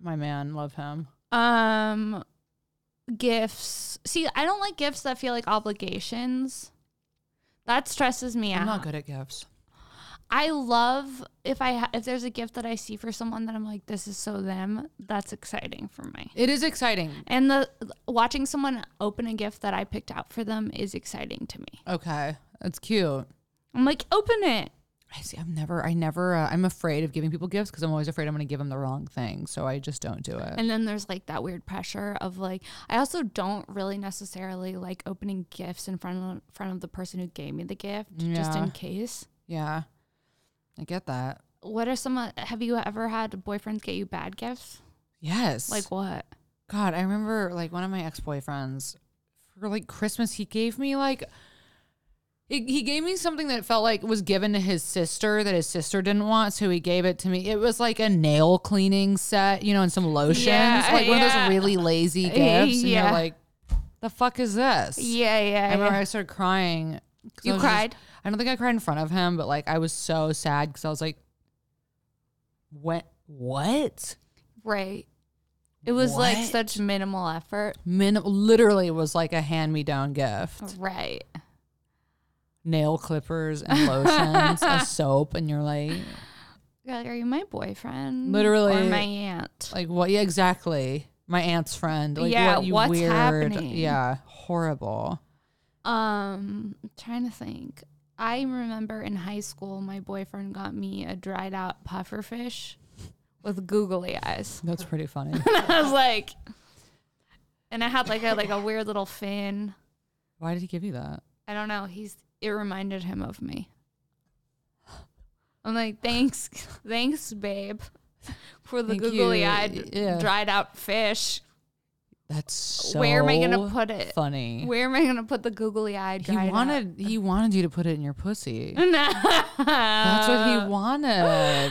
Speaker 2: my man, love him.
Speaker 1: Um, gifts. See, I don't like gifts that feel like obligations. That stresses me out.
Speaker 2: I'm not good at gifts.
Speaker 1: I love if I ha- if there's a gift that I see for someone that I'm like this is so them. That's exciting for me.
Speaker 2: It is exciting.
Speaker 1: And the watching someone open a gift that I picked out for them is exciting to me.
Speaker 2: Okay, that's cute.
Speaker 1: I'm like, open it.
Speaker 2: I see. I'm never. I never. Uh, I'm afraid of giving people gifts because I'm always afraid I'm going to give them the wrong thing. So I just don't do it.
Speaker 1: And then there's like that weird pressure of like I also don't really necessarily like opening gifts in front of front of the person who gave me the gift just
Speaker 2: Yeah.
Speaker 1: in case.
Speaker 2: yeah, I get that.
Speaker 1: What are some uh, have you ever had boyfriends get you bad gifts?
Speaker 2: Yes.
Speaker 1: Like what?
Speaker 2: God, I remember like one of my ex boyfriends for like Christmas, he gave me like he he gave me something that felt like was given to his sister that his sister didn't want, so he gave it to me. It was like a nail cleaning set, you know, and some lotions,
Speaker 1: Yeah,
Speaker 2: like one of
Speaker 1: yeah.
Speaker 2: those really lazy gifts. And
Speaker 1: Yeah.
Speaker 2: you're like, the fuck is this?
Speaker 1: Yeah,
Speaker 2: I
Speaker 1: yeah.
Speaker 2: remember I started crying. 'cause
Speaker 1: You
Speaker 2: I was
Speaker 1: cried?
Speaker 2: just- I don't think I cried in front of him, but like I was so sad because I was like, what? What?
Speaker 1: Right. It was like
Speaker 2: What?
Speaker 1: such minimal effort.
Speaker 2: Min- literally was like a hand me down gift.
Speaker 1: Oh. Right.
Speaker 2: nail clippers and lotions, a soap, and you're like,
Speaker 1: You're like, are you my boyfriend?
Speaker 2: Literally.
Speaker 1: Or my aunt.
Speaker 2: like what? Yeah, exactly. My aunt's friend. Like,
Speaker 1: Yeah,
Speaker 2: what, you
Speaker 1: what's
Speaker 2: weird.
Speaker 1: happening?
Speaker 2: Yeah, horrible.
Speaker 1: Um, I'm trying to think. I remember in high school, my boyfriend got me a dried out pufferfish with googly eyes.
Speaker 2: That's pretty funny.
Speaker 1: I was like, and I had like a like a weird little fin.
Speaker 2: Why did he give you that?
Speaker 1: I don't know. He's it reminded him of me. I'm like, thanks, thanks, babe, for the
Speaker 2: Thank you.
Speaker 1: googly eyed,
Speaker 2: Yeah.
Speaker 1: dried out fish.
Speaker 2: That's so.
Speaker 1: Where am I gonna put it?
Speaker 2: Funny.
Speaker 1: Where am I gonna put the googly eyed?
Speaker 2: he wanted. He wanted you to put it in your pussy. That's what
Speaker 1: Uh,
Speaker 2: he wanted.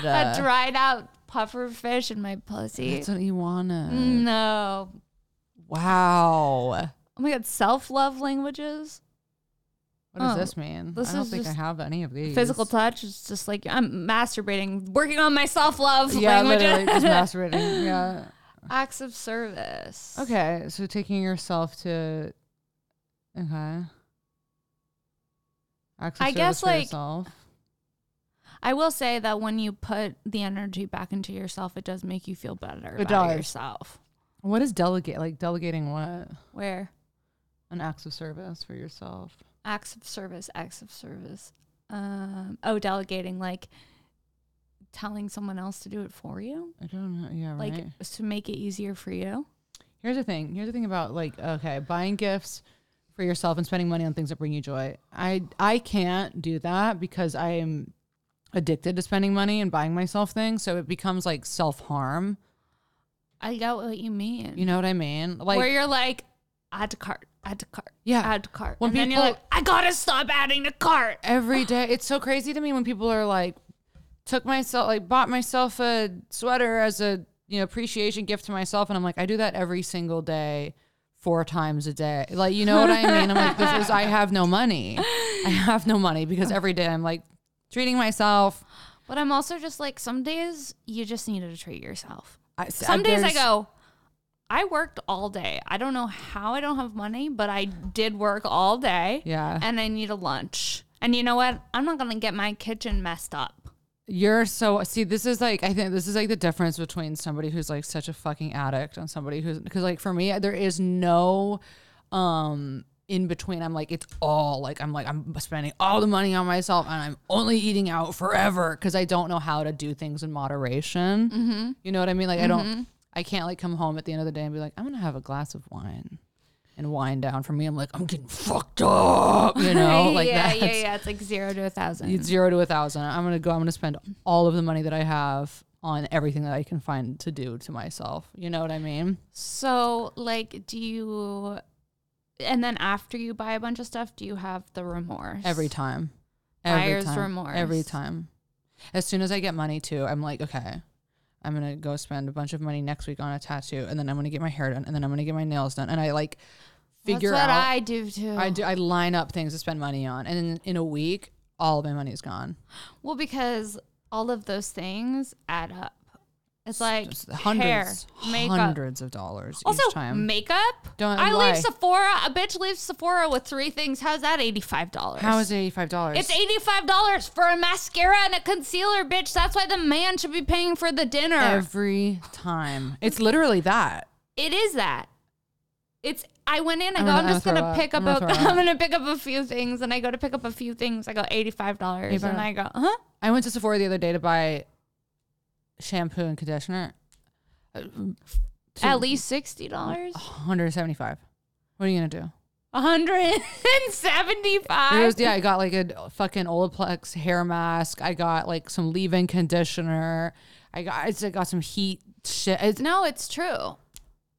Speaker 1: a dried out puffer fish in my pussy.
Speaker 2: uh, That's what he wanted.
Speaker 1: Mm. no.
Speaker 2: Wow.
Speaker 1: Oh my god, self love languages.
Speaker 2: What does
Speaker 1: Oh,
Speaker 2: this mean?
Speaker 1: this
Speaker 2: I don't
Speaker 1: is
Speaker 2: think I
Speaker 1: just
Speaker 2: have any of these.
Speaker 1: Physical touch is just like I'm masturbating, working on my self love
Speaker 2: Yeah, literally
Speaker 1: languages.
Speaker 2: just masturbating. Yeah.
Speaker 1: Acts of service.
Speaker 2: Okay, so taking yourself to okay. Acts of
Speaker 1: I
Speaker 2: service
Speaker 1: guess,
Speaker 2: for
Speaker 1: like-
Speaker 2: yourself.
Speaker 1: I will say that when you put the energy back into yourself, it does make you feel better
Speaker 2: It
Speaker 1: about
Speaker 2: does.
Speaker 1: yourself.
Speaker 2: What is delegate like? Delegating what?
Speaker 1: Where
Speaker 2: An acts of service for yourself.
Speaker 1: acts of service, acts of service. Um, oh, delegating like telling someone else to do it for you,
Speaker 2: I don't know. Yeah,
Speaker 1: like
Speaker 2: right.
Speaker 1: to make it easier for you.
Speaker 2: Here's the thing. Here's the thing about like okay, buying gifts for yourself and spending money on things that bring you joy. I I can't do that because I am addicted to spending money and buying myself things, so it becomes like self-harm.
Speaker 1: I doubt what you mean.
Speaker 2: You know what I mean? Like
Speaker 1: Where you're like, add to cart, add to cart,
Speaker 2: Yeah.
Speaker 1: add to cart.
Speaker 2: When
Speaker 1: and then you're
Speaker 2: people-
Speaker 1: like, I gotta stop adding to cart.
Speaker 2: every day. It's so crazy to me when people are like, took myself, like, bought myself a sweater as a you know appreciation gift to myself, and I'm like, I do that every single day, four times a day. Like, you know what I mean? I'm like, this is I have no money. I have no money because every day I'm like treating myself.
Speaker 1: But I'm also just like, some days you just need to treat yourself.
Speaker 2: I,
Speaker 1: Some days I
Speaker 2: there's-
Speaker 1: go, I worked all day. I don't know how I don't have money, but I did work all day.
Speaker 2: Yeah.
Speaker 1: And I need a lunch. And you know what? I'm not gonna get my kitchen messed up.
Speaker 2: You're so see. This is like I think this is like the difference between somebody who's like such a fucking addict and somebody who's because like for me there is no um in between. I'm like it's all like I'm like I'm spending all the money on myself and I'm only eating out forever because I don't know how to do things in moderation. Mm-hmm. You know what I mean? Like I
Speaker 1: Mm-hmm.
Speaker 2: don't. I can't like come home at the end of the day and be like I'm gonna have a glass of wine and wind down. For me, I'm like I'm getting fucked up. You know, like
Speaker 1: yeah,
Speaker 2: that's
Speaker 1: yeah, yeah. It's like zero to a thousand.
Speaker 2: it's zero to a thousand. I'm gonna go. I'm gonna spend all of the money that I have on everything that I can find to do to myself. You know what I mean?
Speaker 1: So, like, do you, and then after you buy a bunch of stuff, do you have the remorse?
Speaker 2: Every time. Every
Speaker 1: Buyer's
Speaker 2: time.
Speaker 1: remorse.
Speaker 2: Every time. As soon as I get money too, I'm like, okay, I'm gonna go spend a bunch of money next week on a tattoo, and then I'm gonna get my hair done, and then I'm gonna get my nails done, and I like figure
Speaker 1: That's what
Speaker 2: out.
Speaker 1: I do too.
Speaker 2: I do. I line up things to spend money on, and in, in a week, all of my money is gone.
Speaker 1: Well, because all of those things add up. It's like
Speaker 2: Just
Speaker 1: hair,
Speaker 2: hundreds,
Speaker 1: makeup.
Speaker 2: hundreds of dollars
Speaker 1: also,
Speaker 2: each time.
Speaker 1: makeup.
Speaker 2: Don't
Speaker 1: I
Speaker 2: lie.
Speaker 1: leave Sephora. A bitch leaves Sephora with three things. How's that eighty five dollars?
Speaker 2: How is it eighty five dollars?
Speaker 1: It's eighty five dollars for a mascara and a concealer, bitch. That's why the man should be paying for the dinner.
Speaker 2: every time. It's literally that.
Speaker 1: It is that. It's. I went in. I
Speaker 2: I'm
Speaker 1: go.
Speaker 2: gonna-
Speaker 1: I'm just
Speaker 2: I'm gonna
Speaker 1: gonna
Speaker 2: throw up.
Speaker 1: pick up.
Speaker 2: I'm
Speaker 1: a.
Speaker 2: gonna throw up."
Speaker 1: I'm gonna pick up a few things, and I go to pick up a few things. I go eighty five dollars, and I go, huh?
Speaker 2: I went to Sephora the other day to buy shampoo and conditioner.
Speaker 1: At least sixty dollars.
Speaker 2: One hundred seventy five. What are you gonna do?
Speaker 1: One hundred and seventy
Speaker 2: It was,
Speaker 1: five.
Speaker 2: yeah, I got like a fucking Olaplex hair mask. I got like some leave-in conditioner. I got I just got some heat shit. It's,
Speaker 1: No, it's true.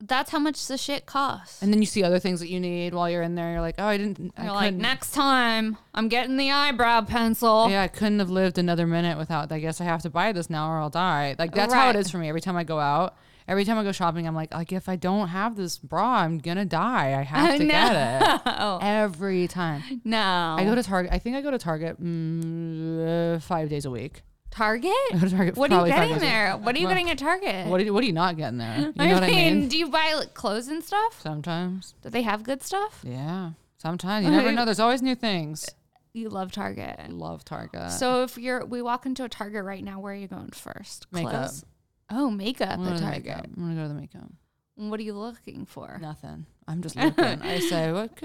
Speaker 1: That's how much the shit costs.
Speaker 2: and then you see other things that you need while you're in there. You're like, oh, I didn't. I
Speaker 1: You're like,
Speaker 2: couldn't-
Speaker 1: next time, I'm getting the eyebrow pencil.
Speaker 2: Yeah, I couldn't have lived another minute without. I guess I have to buy this now, or I'll die. Like that's how it
Speaker 1: Right.
Speaker 2: is for me. Every time I go out, every time I go shopping, I'm like, like if I don't have this bra, I'm gonna die. I have
Speaker 1: I
Speaker 2: to get
Speaker 1: know.
Speaker 2: it every time.
Speaker 1: No.
Speaker 2: I go to Target. I think I go to Target mm, uh, five days a week.
Speaker 1: Target.
Speaker 2: I go to Target.
Speaker 1: What are
Speaker 2: probably
Speaker 1: you
Speaker 2: five
Speaker 1: getting
Speaker 2: days a week.
Speaker 1: there? What are you getting at Target?
Speaker 2: What do you, what do you not get in there? You know what I mean?
Speaker 1: do you buy like, clothes and stuff?
Speaker 2: Sometimes,
Speaker 1: Do they have good stuff?
Speaker 2: yeah. Sometimes you never know. There's always new things.
Speaker 1: You love Target.
Speaker 2: I love Target.
Speaker 1: So if you're we walk into a Target right now, where are you going first?
Speaker 2: Makeup. Mm.
Speaker 1: Clothes? Oh, makeup
Speaker 2: I'm
Speaker 1: at
Speaker 2: gonna,
Speaker 1: Target.
Speaker 2: makeup. I'm gonna go to the makeup.
Speaker 1: What are you looking for?
Speaker 2: Nothing. I'm just looking. I say, what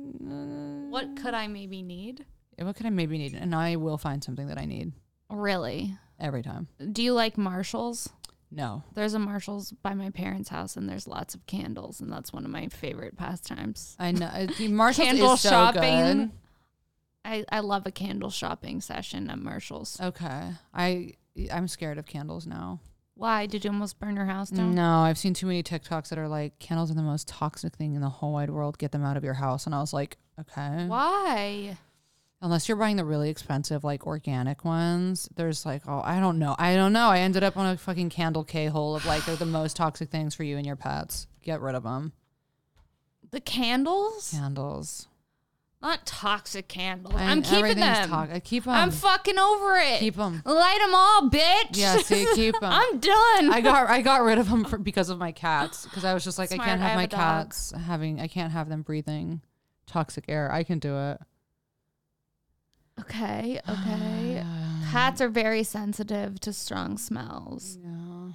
Speaker 2: could
Speaker 1: What could I maybe need?
Speaker 2: uh, what could I maybe need? And I will find something that I need
Speaker 1: Really?
Speaker 2: every time.
Speaker 1: Do you like Marshalls?
Speaker 2: No,
Speaker 1: There's a Marshalls by my parents' house, and there's lots of candles, and that's one of my favorite pastimes.
Speaker 2: I know it- the Marshalls
Speaker 1: Candle
Speaker 2: is so
Speaker 1: shopping. I, I love a candle shopping session at Marshalls.
Speaker 2: good. Okay, I I'm scared of candles now. Mm.
Speaker 1: Why did you almost burn your house down?
Speaker 2: No, I've seen too many TikToks that are like candles are the most toxic thing in the whole wide world. Get them out of your house. And I was like, okay.
Speaker 1: Why?
Speaker 2: Unless you're buying the really expensive like organic ones, there's like oh I don't know I don't know. I ended up on a fucking candle K hole of like they're the most toxic things for you and your pets. Get rid of them.
Speaker 1: The candles?
Speaker 2: Candles.
Speaker 1: Not toxic candles.
Speaker 2: And
Speaker 1: I'm, keeping
Speaker 2: everything's
Speaker 1: them.
Speaker 2: tox- I keep them.
Speaker 1: I'm fucking over it.
Speaker 2: Keep 'em.
Speaker 1: Light them all, bitch.
Speaker 2: Yeah, see, keep 'em.
Speaker 1: I'm done.
Speaker 2: I got I got rid of them for, because of my cats because I was just like I
Speaker 1: Smart,
Speaker 2: can't
Speaker 1: I
Speaker 2: have
Speaker 1: have
Speaker 2: my
Speaker 1: a dog.
Speaker 2: cats having I can't have them breathing toxic air. I can do it.
Speaker 1: okay, okay. Cats are very sensitive to strong smells. Yeah.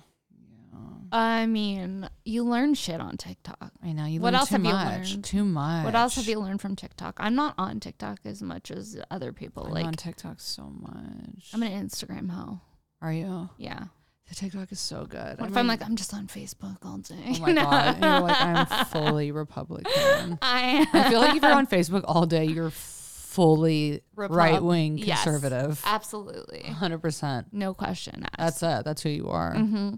Speaker 1: I mean, you learn shit on TikTok.
Speaker 2: I know you.
Speaker 1: What
Speaker 2: learn
Speaker 1: else
Speaker 2: too
Speaker 1: have you
Speaker 2: much,
Speaker 1: learned?
Speaker 2: Too much.
Speaker 1: What else have you learned from TikTok? I'm not on TikTok as much as other people.
Speaker 2: I'm
Speaker 1: like
Speaker 2: on TikTok so much.
Speaker 1: I'm an Instagram hoe.
Speaker 2: Are you?
Speaker 1: Yeah.
Speaker 2: The TikTok is so good.
Speaker 1: What if I'm like I'm just on Facebook all day?
Speaker 2: oh my god, you're like I'm fully Republican.
Speaker 1: I am
Speaker 2: I feel like if you're on Facebook all day, you're fully
Speaker 1: Repub-
Speaker 2: right wing
Speaker 1: Yes.
Speaker 2: conservative.
Speaker 1: absolutely,
Speaker 2: Hundred percent.
Speaker 1: no question asked.
Speaker 2: That's it. That's who you are. Mm-hmm.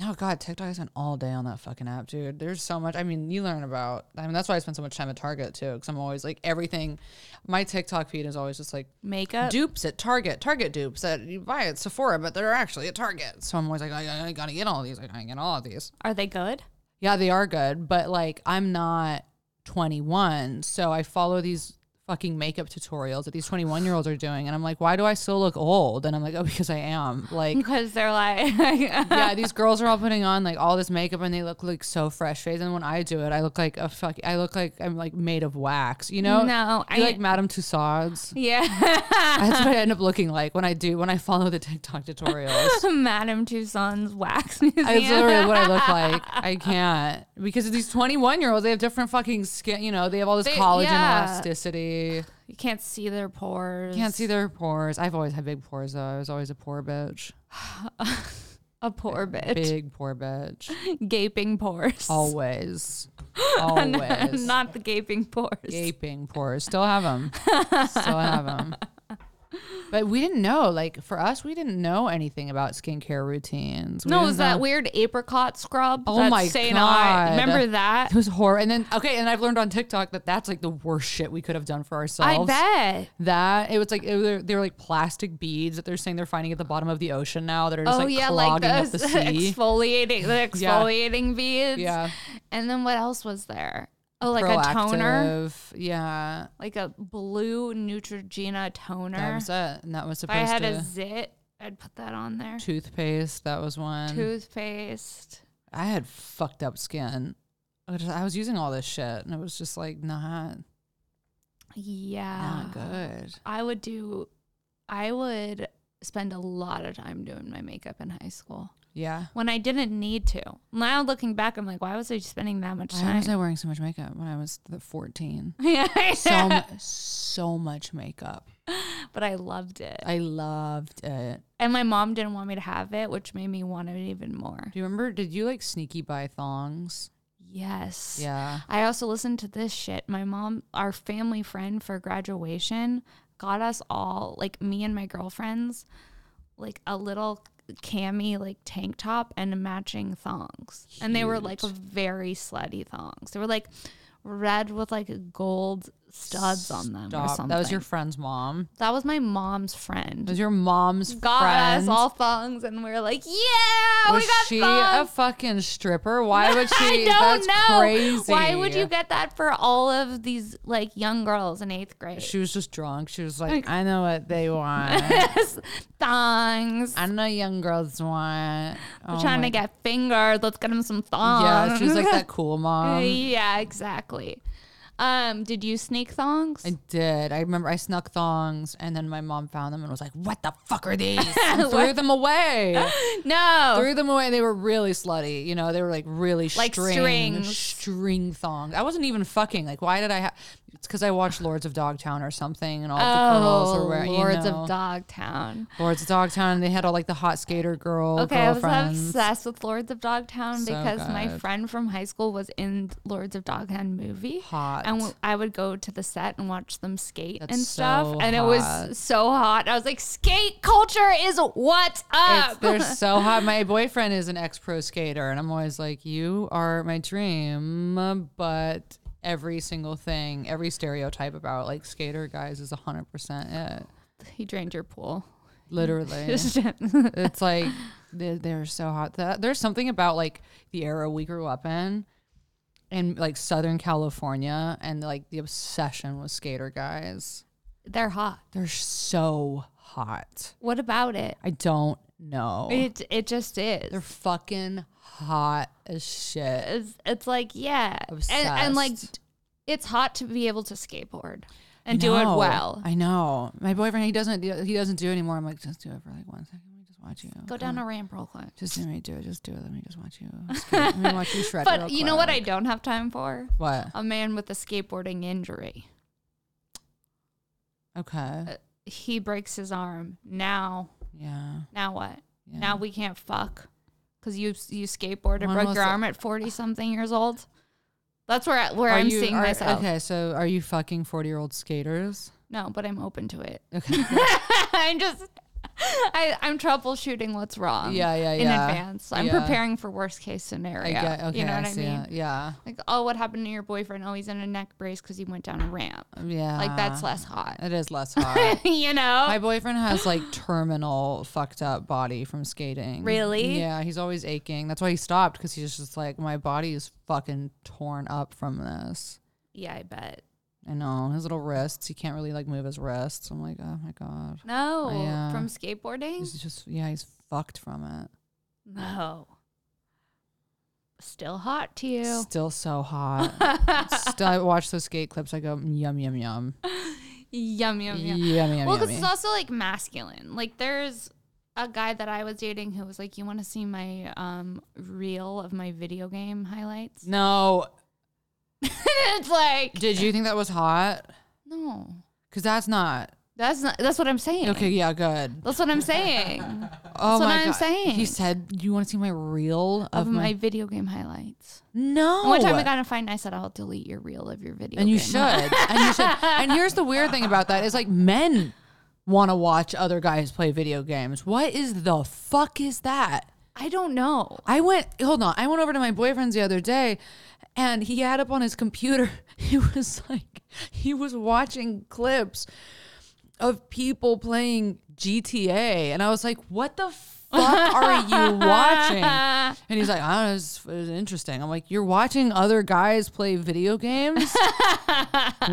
Speaker 2: Oh god, TikTok is an all day on that fucking app, dude. There's so much. I mean, you learn about. I mean, that's why I spend so much time at Target too, because I'm always like everything. My TikTok feed is always just like
Speaker 1: Makeup.
Speaker 2: dupes at Target, Target dupes that you buy at Sephora, but they're actually at Target. So I'm always like, I, I- I gotta get all of these. I gotta get all of these.
Speaker 1: are they good?
Speaker 2: Yeah, they are good, but like I'm not 21, so I follow these fucking makeup tutorials that these 21 year olds are doing, and I'm like, why do I still look old? And I'm like, oh, because I am. Like,
Speaker 1: Because they're like,
Speaker 2: yeah, these girls are all putting on like all this makeup, and they look like so fresh faced. And when I do it, I look like a fuck. I look like I'm like made of wax. You know?
Speaker 1: No,
Speaker 2: I
Speaker 1: I-
Speaker 2: like Madame Tussauds.
Speaker 1: yeah,
Speaker 2: That's what I end up looking like when I do when I follow the TikTok tutorials.
Speaker 1: Madame Tussauds wax museum.
Speaker 2: That's literally what I look like. I can't because these twenty-one year olds they have different fucking skin. You know, they have all this
Speaker 1: They-
Speaker 2: collagen
Speaker 1: yeah.
Speaker 2: elasticity.
Speaker 1: you can't see their pores.
Speaker 2: Can't see their pores. I've always had big pores though. I was always a poor bitch,
Speaker 1: a poor bitch,
Speaker 2: big poor bitch.
Speaker 1: gaping pores.
Speaker 2: Oh, Always, always.
Speaker 1: Not the gaping pores.
Speaker 2: gaping pores. Still have them. Still have them. But we didn't know. Like for us, we didn't know anything about skincare routines. We
Speaker 1: No, it
Speaker 2: didn't
Speaker 1: was that
Speaker 2: know-
Speaker 1: weird apricot scrub.
Speaker 2: Oh
Speaker 1: that
Speaker 2: my
Speaker 1: Saint
Speaker 2: God.
Speaker 1: I, remember that?
Speaker 2: It was horrible. And then okay, and I've learned on TikTok that that's like the worst shit we could have done for
Speaker 1: I
Speaker 2: ourselves.
Speaker 1: bet.
Speaker 2: That it was like it were, they were like plastic beads that they're saying they're finding at the bottom of the ocean now that are just
Speaker 1: oh
Speaker 2: like
Speaker 1: yeah, like
Speaker 2: clogging
Speaker 1: those
Speaker 2: up the sea.
Speaker 1: exfoliating, the
Speaker 2: Yeah.
Speaker 1: exfoliating beads.
Speaker 2: Yeah.
Speaker 1: And then what else was there? Oh, like a toner,
Speaker 2: Proactive. Yeah,
Speaker 1: like a blue Neutrogena toner.
Speaker 2: that was it. And that was
Speaker 1: if I
Speaker 2: supposed
Speaker 1: had
Speaker 2: to Mm.
Speaker 1: a zit, I'd put that on there.
Speaker 2: toothpaste. That was one.
Speaker 1: Toothpaste.
Speaker 2: I had fucked up skin. I was- I was using all this shit, and it was just like not
Speaker 1: Yeah.
Speaker 2: not good.
Speaker 1: I would do. I would spend a lot of time doing my makeup in high school.
Speaker 2: Yeah.
Speaker 1: when I didn't need to. Now looking back, I'm like, why was I spending that much
Speaker 2: Why
Speaker 1: time?
Speaker 2: was I wearing so much makeup when I was th- 14?
Speaker 1: Yeah,
Speaker 2: so mu- so much makeup.
Speaker 1: but I loved it,
Speaker 2: I loved it.
Speaker 1: and my mom didn't want me to have it, which made me want it even more.
Speaker 2: Do you remember? Did you like sneaky buy thongs?
Speaker 1: Yes.
Speaker 2: Yeah.
Speaker 1: I also listened to this shit. My mom, our family friend for graduation, got us all, like me and my girlfriends, like a little cami like tank top and matching thongs. And they were like very slutty thongs. They were like red with like gold studs on them or something.
Speaker 2: Stop. That was your friend's mom.
Speaker 1: That was my mom's
Speaker 2: That
Speaker 1: friend.
Speaker 2: was your mom's
Speaker 1: Got
Speaker 2: friend.
Speaker 1: us all thongs and we were like, yeah,
Speaker 2: was
Speaker 1: we got
Speaker 2: she
Speaker 1: thongs.
Speaker 2: a fucking stripper? Why would
Speaker 1: I
Speaker 2: she?
Speaker 1: don't
Speaker 2: that's
Speaker 1: know.
Speaker 2: crazy.
Speaker 1: Why would you get that for all of these like young girls in eighth grade?
Speaker 2: She was just drunk. She was like, I know what they want.
Speaker 1: thongs.
Speaker 2: I know young girls want.
Speaker 1: We're
Speaker 2: Oh
Speaker 1: trying
Speaker 2: my-
Speaker 1: to get fingered. Let's get them some thongs.
Speaker 2: Yeah, she was like um, that cool mom.
Speaker 1: yeah, exactly. Um, did you sneak thongs?
Speaker 2: I did. I remember I snuck thongs, and then my mom found them and was like, "What the fuck are these?" And threw them away.
Speaker 1: no.
Speaker 2: threw them away. They were really slutty. You know, they were like really
Speaker 1: Like
Speaker 2: string,
Speaker 1: strings.
Speaker 2: string thongs. I wasn't even fucking. Like, why did I have? It's because I watched Lords of Dogtown or something, and all the girls
Speaker 1: oh,
Speaker 2: were wearing
Speaker 1: Lords
Speaker 2: you know,
Speaker 1: of Dogtown.
Speaker 2: Lords of Dogtown. And they had all like the hot skater girl
Speaker 1: Okay, I was
Speaker 2: girlfriends.
Speaker 1: obsessed with Lords of Dogtown
Speaker 2: So
Speaker 1: because my
Speaker 2: good.
Speaker 1: friend from high school was in Lords of Dogtown movie.
Speaker 2: Hot.
Speaker 1: And w- I would go to the set and watch them skate
Speaker 2: That's
Speaker 1: and stuff.
Speaker 2: so
Speaker 1: and it
Speaker 2: hot.
Speaker 1: was so hot. I was like, skate culture is what's
Speaker 2: It's,
Speaker 1: up.
Speaker 2: they're so hot. My boyfriend is an ex pro skater, and I'm always like, "You are my dream," but every single thing, every stereotype about like skater guys is 100 percent it.
Speaker 1: he drained your pool.
Speaker 2: Literally, it's like they're, they're so hot. That, there's something about like the era we grew up in, in like Southern California, and like the obsession with skater guys.
Speaker 1: they're hot.
Speaker 2: They're so hot.
Speaker 1: What about it?
Speaker 2: I don't know.
Speaker 1: It it just is.
Speaker 2: Oh. They're fucking hot as shit.
Speaker 1: it's, it's like yeah, and, and like
Speaker 2: Obsessed.
Speaker 1: it's hot to be able to skateboard. and
Speaker 2: I
Speaker 1: do it
Speaker 2: know.
Speaker 1: well.
Speaker 2: I know. My boyfriend, he doesn't he doesn't do it anymore. I'm like, just do it for like one second. Let me just watch you.
Speaker 1: Go
Speaker 2: Come
Speaker 1: down
Speaker 2: on.
Speaker 1: a ramp real quick.
Speaker 2: Just let me do it. Just do it. Let me just watch you. skate. Let me watch you shred. real
Speaker 1: But you know what? I
Speaker 2: quick.
Speaker 1: don't have time for
Speaker 2: What?
Speaker 1: a man with a skateboarding injury. Uh,
Speaker 2: Okay.
Speaker 1: He breaks his arm. Now,
Speaker 2: Yeah.
Speaker 1: now what?
Speaker 2: yeah.
Speaker 1: Now we can't fuck because you you skateboarded
Speaker 2: When
Speaker 1: broke
Speaker 2: was
Speaker 1: your
Speaker 2: the-
Speaker 1: arm at forty something years old. That's where I, where
Speaker 2: Are
Speaker 1: I'm
Speaker 2: you-
Speaker 1: seeing
Speaker 2: are-
Speaker 1: myself.
Speaker 2: Okay, so are you fucking forty year old skaters?
Speaker 1: No, but I'm open to it.
Speaker 2: Okay.
Speaker 1: I'm just I I'm troubleshooting what's wrong.
Speaker 2: Yeah, yeah,
Speaker 1: In
Speaker 2: yeah.
Speaker 1: advance, I'm
Speaker 2: Yeah.
Speaker 1: preparing for worst case scenario.
Speaker 2: I get. Okay.
Speaker 1: you know what I,
Speaker 2: see
Speaker 1: mean?
Speaker 2: it. Yeah.
Speaker 1: Like, oh, what happened to your boyfriend? Oh, he's in a neck brace because he went down a ramp.
Speaker 2: Yeah.
Speaker 1: Like that's less hot.
Speaker 2: It is less hot.
Speaker 1: you know.
Speaker 2: My boyfriend has like terminal fucked up body from skating.
Speaker 1: Really?
Speaker 2: Yeah, he's always aching. That's why he stopped because he's just like my body is fucking torn up from this.
Speaker 1: yeah, I bet.
Speaker 2: I know um, his little wrists. He can't really like move his wrists. I'm like, oh my god.
Speaker 1: No,
Speaker 2: Yeah.
Speaker 1: from skateboarding.
Speaker 2: He's just yeah, he's fucked from it.
Speaker 1: No. Still hot to you.
Speaker 2: Still so hot. Still, I watch those skate clips. I go "Mm, yum yum yum
Speaker 1: Yum,
Speaker 2: yum
Speaker 1: yum,
Speaker 2: yum
Speaker 1: yum.
Speaker 2: yum.
Speaker 1: well, because
Speaker 2: yummy.
Speaker 1: it's also like masculine. Like there's a guy that I was dating who was like, "You want to see my um reel of my video game highlights?"
Speaker 2: no.
Speaker 1: it's like,
Speaker 2: Did you think that was hot?
Speaker 1: no,
Speaker 2: Because that's not
Speaker 1: that's not. That's what I'm saying.
Speaker 2: okay. Yeah, good.
Speaker 1: That's what I'm saying
Speaker 2: Oh
Speaker 1: That's what
Speaker 2: my
Speaker 1: I'm
Speaker 2: God. He
Speaker 1: saying.
Speaker 2: said, "You want to see my reel of,
Speaker 1: of my video game highlights.
Speaker 2: no?"
Speaker 1: And One time we got in a fight, and I said, "I'll delete your reel of your video."
Speaker 2: and you
Speaker 1: game
Speaker 2: should, and you should. And here's the weird thing about that is like men want to watch other guys play video games. What is the fuck is that?
Speaker 1: I don't know.
Speaker 2: I went. Hold on. I went over to my boyfriend's the other day, and he had up on his computer. He was like, he was watching clips of people playing GTA, and I was like, what the fuck are you watching? And he's like, I don't know. It's, it's interesting. I'm like, you're watching other guys play video games.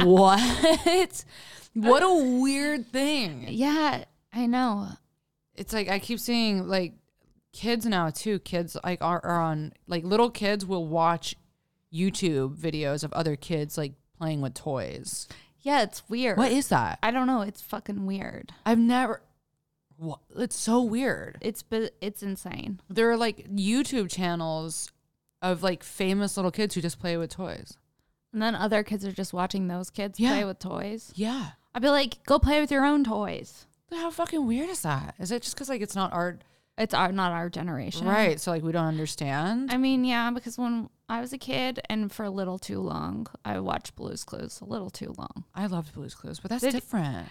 Speaker 2: what? What a weird thing
Speaker 1: Yeah, I know.
Speaker 2: it's like I keep seeing like kids now too. Kids like are, are on like little kids will watch YouTube videos of other kids like playing with toys.
Speaker 1: Yeah, it's weird.
Speaker 2: What is that?
Speaker 1: I don't know. It's fucking weird.
Speaker 2: I've never. What? It's so weird.
Speaker 1: It's bi- it's insane.
Speaker 2: There are like YouTube channels of like famous little kids who just play with toys.
Speaker 1: And then other kids are just watching those kids
Speaker 2: Yeah.
Speaker 1: play with toys.
Speaker 2: Yeah.
Speaker 1: I'd be like, go play with your own toys.
Speaker 2: How fucking weird is that? Is it just because like it's not art?
Speaker 1: It's our not our generation,
Speaker 2: Right. So like we don't understand.
Speaker 1: I mean, yeah, because when I was a kid and for a little too long, I watched Blue's Clues a little too long.
Speaker 2: I loved Blue's Clues, but that's
Speaker 1: Did-
Speaker 2: different.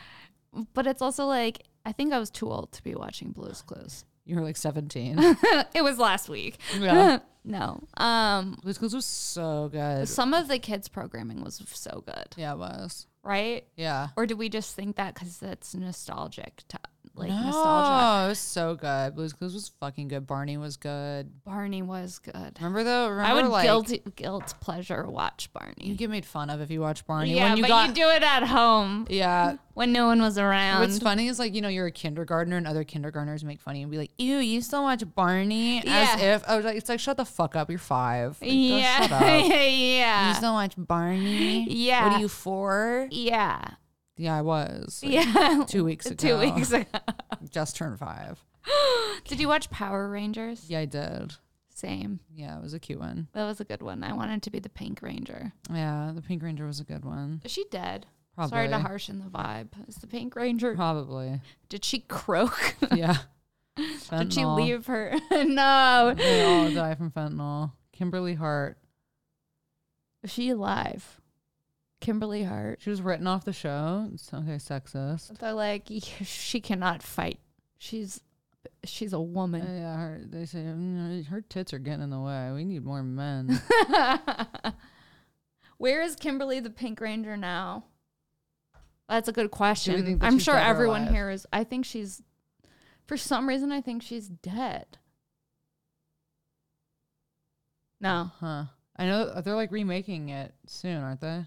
Speaker 1: But it's also like I think I was too old to be watching Blue's Clues.
Speaker 2: You were like 17.
Speaker 1: it was last week.
Speaker 2: Yeah.
Speaker 1: no. Um
Speaker 2: Blue's Clues was so good.
Speaker 1: some of the kids programming was so good,
Speaker 2: Yeah, it was.
Speaker 1: right?
Speaker 2: Yeah.
Speaker 1: Or do we just think that cuz it's nostalgic to like
Speaker 2: no,
Speaker 1: nostalgia?
Speaker 2: Oh, it was so good. Blue's Clues was fucking good. Barney was good.
Speaker 1: Barney was good.
Speaker 2: Remember though? Remember
Speaker 1: I would
Speaker 2: like
Speaker 1: guilt guilt pleasure watch
Speaker 2: you
Speaker 1: Barney.
Speaker 2: get made fun of if you watch Barney.
Speaker 1: Yeah,
Speaker 2: when you
Speaker 1: but
Speaker 2: got
Speaker 1: you do it at home
Speaker 2: yeah.
Speaker 1: when no one was around.
Speaker 2: What's funny is like you know you're a kindergartner and other kindergartners make fun of you and be like, "Ew, you still watch Barney?"
Speaker 1: Yeah.
Speaker 2: As if I was like, "It's like shut the fuck up, you're five. Like, go
Speaker 1: yeah,
Speaker 2: shut up. You
Speaker 1: yeah,
Speaker 2: still watch Barney? What
Speaker 1: Yeah.
Speaker 2: are you for?
Speaker 1: yeah,
Speaker 2: Yeah, I was like,
Speaker 1: yeah.
Speaker 2: two weeks ago.
Speaker 1: Two weeks ago.
Speaker 2: Just turned five.
Speaker 1: Did you watch Power Rangers?
Speaker 2: Yeah, I did.
Speaker 1: Same.
Speaker 2: Yeah, it was a cute one.
Speaker 1: That was a good one. I wanted to be the Pink Ranger.
Speaker 2: Yeah, the Pink Ranger was a good one.
Speaker 1: Is she dead? Sorry to
Speaker 2: Probably.
Speaker 1: harshen the vibe. Is the Pink Ranger?
Speaker 2: Probably.
Speaker 1: Did she croak?
Speaker 2: Yeah.
Speaker 1: Did she
Speaker 2: Fentanyl.
Speaker 1: leave her? no.
Speaker 2: They all die from fentanyl. Kimberly Hart.
Speaker 1: Is she alive? Kimberly Hart.
Speaker 2: She was written off the show. It's okay, sexist.
Speaker 1: They're like, "Y- she cannot fight. She's she's a
Speaker 2: Uh,
Speaker 1: woman.
Speaker 2: Yeah, her, they say "Mm, her tits are getting in the way. We need more men.
Speaker 1: Where is Kimberly the Pink Ranger now? That's a good question.
Speaker 2: think that
Speaker 1: I'm
Speaker 2: she's
Speaker 1: sure
Speaker 2: dead or
Speaker 1: everyone
Speaker 2: alive?
Speaker 1: here is. I think she's, for some reason, I think she's dead. No,
Speaker 2: huh. I know uh, they're like remaking it soon, aren't they?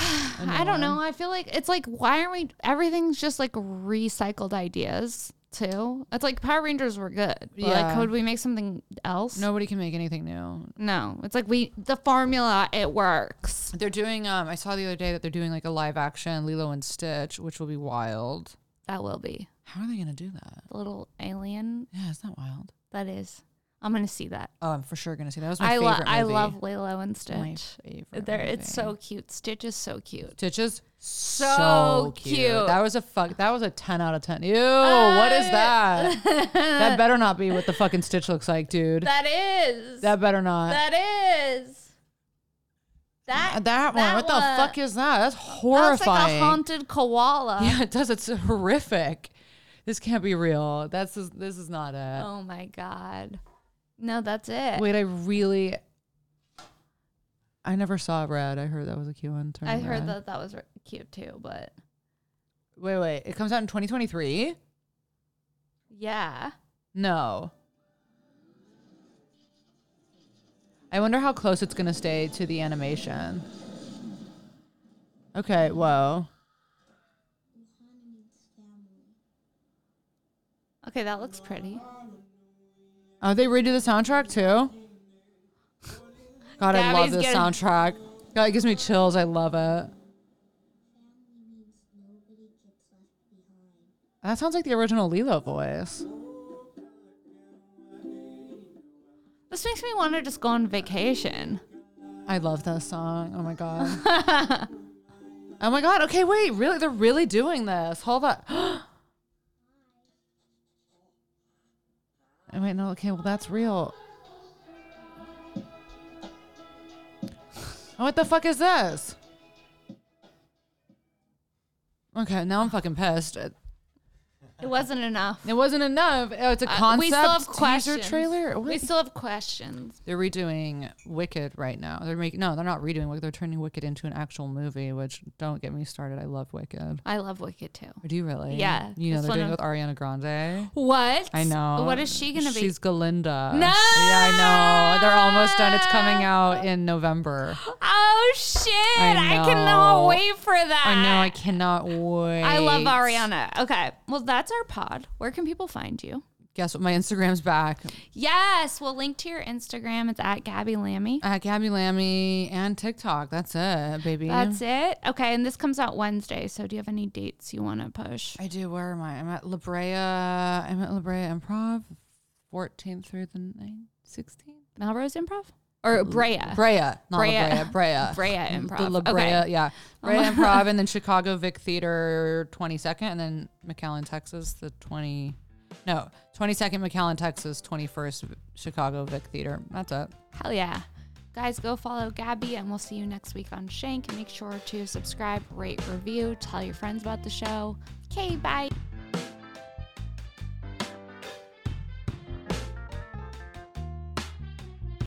Speaker 1: I don't know. I feel like it's like why aren't we? Everything's just like recycled ideas. too. It's like Power Rangers were good. But
Speaker 2: Yeah.
Speaker 1: Like, could we make something else?
Speaker 2: Nobody can make anything new.
Speaker 1: No. It's like we the formula it works.
Speaker 2: They're doing. Um, I saw the other day that they're doing like a live action Lilo and Stitch, which will be wild.
Speaker 1: That will be
Speaker 2: How are they gonna do that?
Speaker 1: the little alien.
Speaker 2: Yeah, it's not wild.
Speaker 1: That is. I'm gonna see that.
Speaker 2: Oh, I'm for sure gonna see that. that was my
Speaker 1: I
Speaker 2: favorite
Speaker 1: love I
Speaker 2: movie.
Speaker 1: love Lilo and
Speaker 2: my
Speaker 1: Stitch.
Speaker 2: favorite.
Speaker 1: There, it's
Speaker 2: movie.
Speaker 1: so cute. Stitch is so cute.
Speaker 2: Stitch is
Speaker 1: So cute.
Speaker 2: That was a fuck. That was a ten out of ten. Ew, what is that? that better not be what the fucking Stitch looks like, dude. That,
Speaker 1: That is.
Speaker 2: better not. That,
Speaker 1: that is. That
Speaker 2: one. what the
Speaker 1: one-
Speaker 2: fuck is that? That's
Speaker 1: That's like
Speaker 2: horrifying.
Speaker 1: a haunted koala.
Speaker 2: yeah, it does. It's horrific. This can't be real. That's this is not it.
Speaker 1: Oh my god. No, that's it.
Speaker 2: Wait, I really. I never saw Red. I heard that was a cute one. Turn
Speaker 1: I heard
Speaker 2: Red.
Speaker 1: that that was r- cute too, but
Speaker 2: Wait, wait. It comes out in 2023.
Speaker 1: yeah.
Speaker 2: No. I wonder how close it's going to stay to the animation. Okay, whoa.
Speaker 1: Okay, that looks pretty.
Speaker 2: Oh, they redo the soundtrack too? God, I love
Speaker 1: Gabby's
Speaker 2: this
Speaker 1: getting-
Speaker 2: soundtrack. God, it gives me chills. I love it. That sounds like the original Lilo voice.
Speaker 1: This makes me want to just go on vacation.
Speaker 2: I love that song. Oh my god. oh my god. Okay, wait. Really, they're really doing this. Hold on. oh, wait, no. Okay, well that's real. Oh, what the fuck is this? Okay, now I'm fucking pissed. It,
Speaker 1: It wasn't enough.
Speaker 2: it wasn't enough. Oh, it's a
Speaker 1: Uh,
Speaker 2: concept
Speaker 1: we still have
Speaker 2: teaser
Speaker 1: questions.
Speaker 2: trailer.
Speaker 1: We
Speaker 2: Wait.
Speaker 1: still have questions.
Speaker 2: They're redoing Wicked right now. They're making no, they're not redoing Wicked. They're turning Wicked into an actual movie. Which don't get me started. I love Wicked.
Speaker 1: I love Wicked too.
Speaker 2: Or do you really?
Speaker 1: Yeah,
Speaker 2: You know
Speaker 1: it's
Speaker 2: they're
Speaker 1: one
Speaker 2: doing it
Speaker 1: of-
Speaker 2: with Ariana Grande.
Speaker 1: What?
Speaker 2: I know.
Speaker 1: What is she gonna be?
Speaker 2: She's Galinda.
Speaker 1: No!
Speaker 2: Yeah, I know. They're almost done. It's coming out in November.
Speaker 1: Oh shit!
Speaker 2: I
Speaker 1: I, cannot
Speaker 2: know.
Speaker 1: wait for that.
Speaker 2: I know. I cannot wait.
Speaker 1: I love Ariana. Okay, well that's our pod. Where can people find you?
Speaker 2: Guess what? My Instagram's back
Speaker 1: Yes, we'll link to your Instagram. It's at Gabby Lammy.
Speaker 2: at Gabby Lammy and TikTok. That's it, baby.
Speaker 1: That's it. Okay, and this comes out Wednesday. So do you have any dates you want to push?
Speaker 2: I do. Where am I? I'm at La Brea. I'm at La Brea Improv, 14th through the 9th, 16th.
Speaker 1: Melrose Improv or Brea?
Speaker 2: Brea, not
Speaker 1: Brea.
Speaker 2: La Brea. Brea.
Speaker 1: Brea
Speaker 2: The
Speaker 1: Improv.
Speaker 2: La Brea,
Speaker 1: Okay.
Speaker 2: yeah. Brea Improv, and then Chicago Vic Theater, 22nd, and then McAllen, Texas, the 20. No, 22nd McAllen, Texas, 21st Chicago Vic Theater. That's it.
Speaker 1: Hell yeah. Guys, go follow Gabby, and we'll see you next week on Shank. Make sure to subscribe, rate, review, tell your friends about the show. Okay, bye.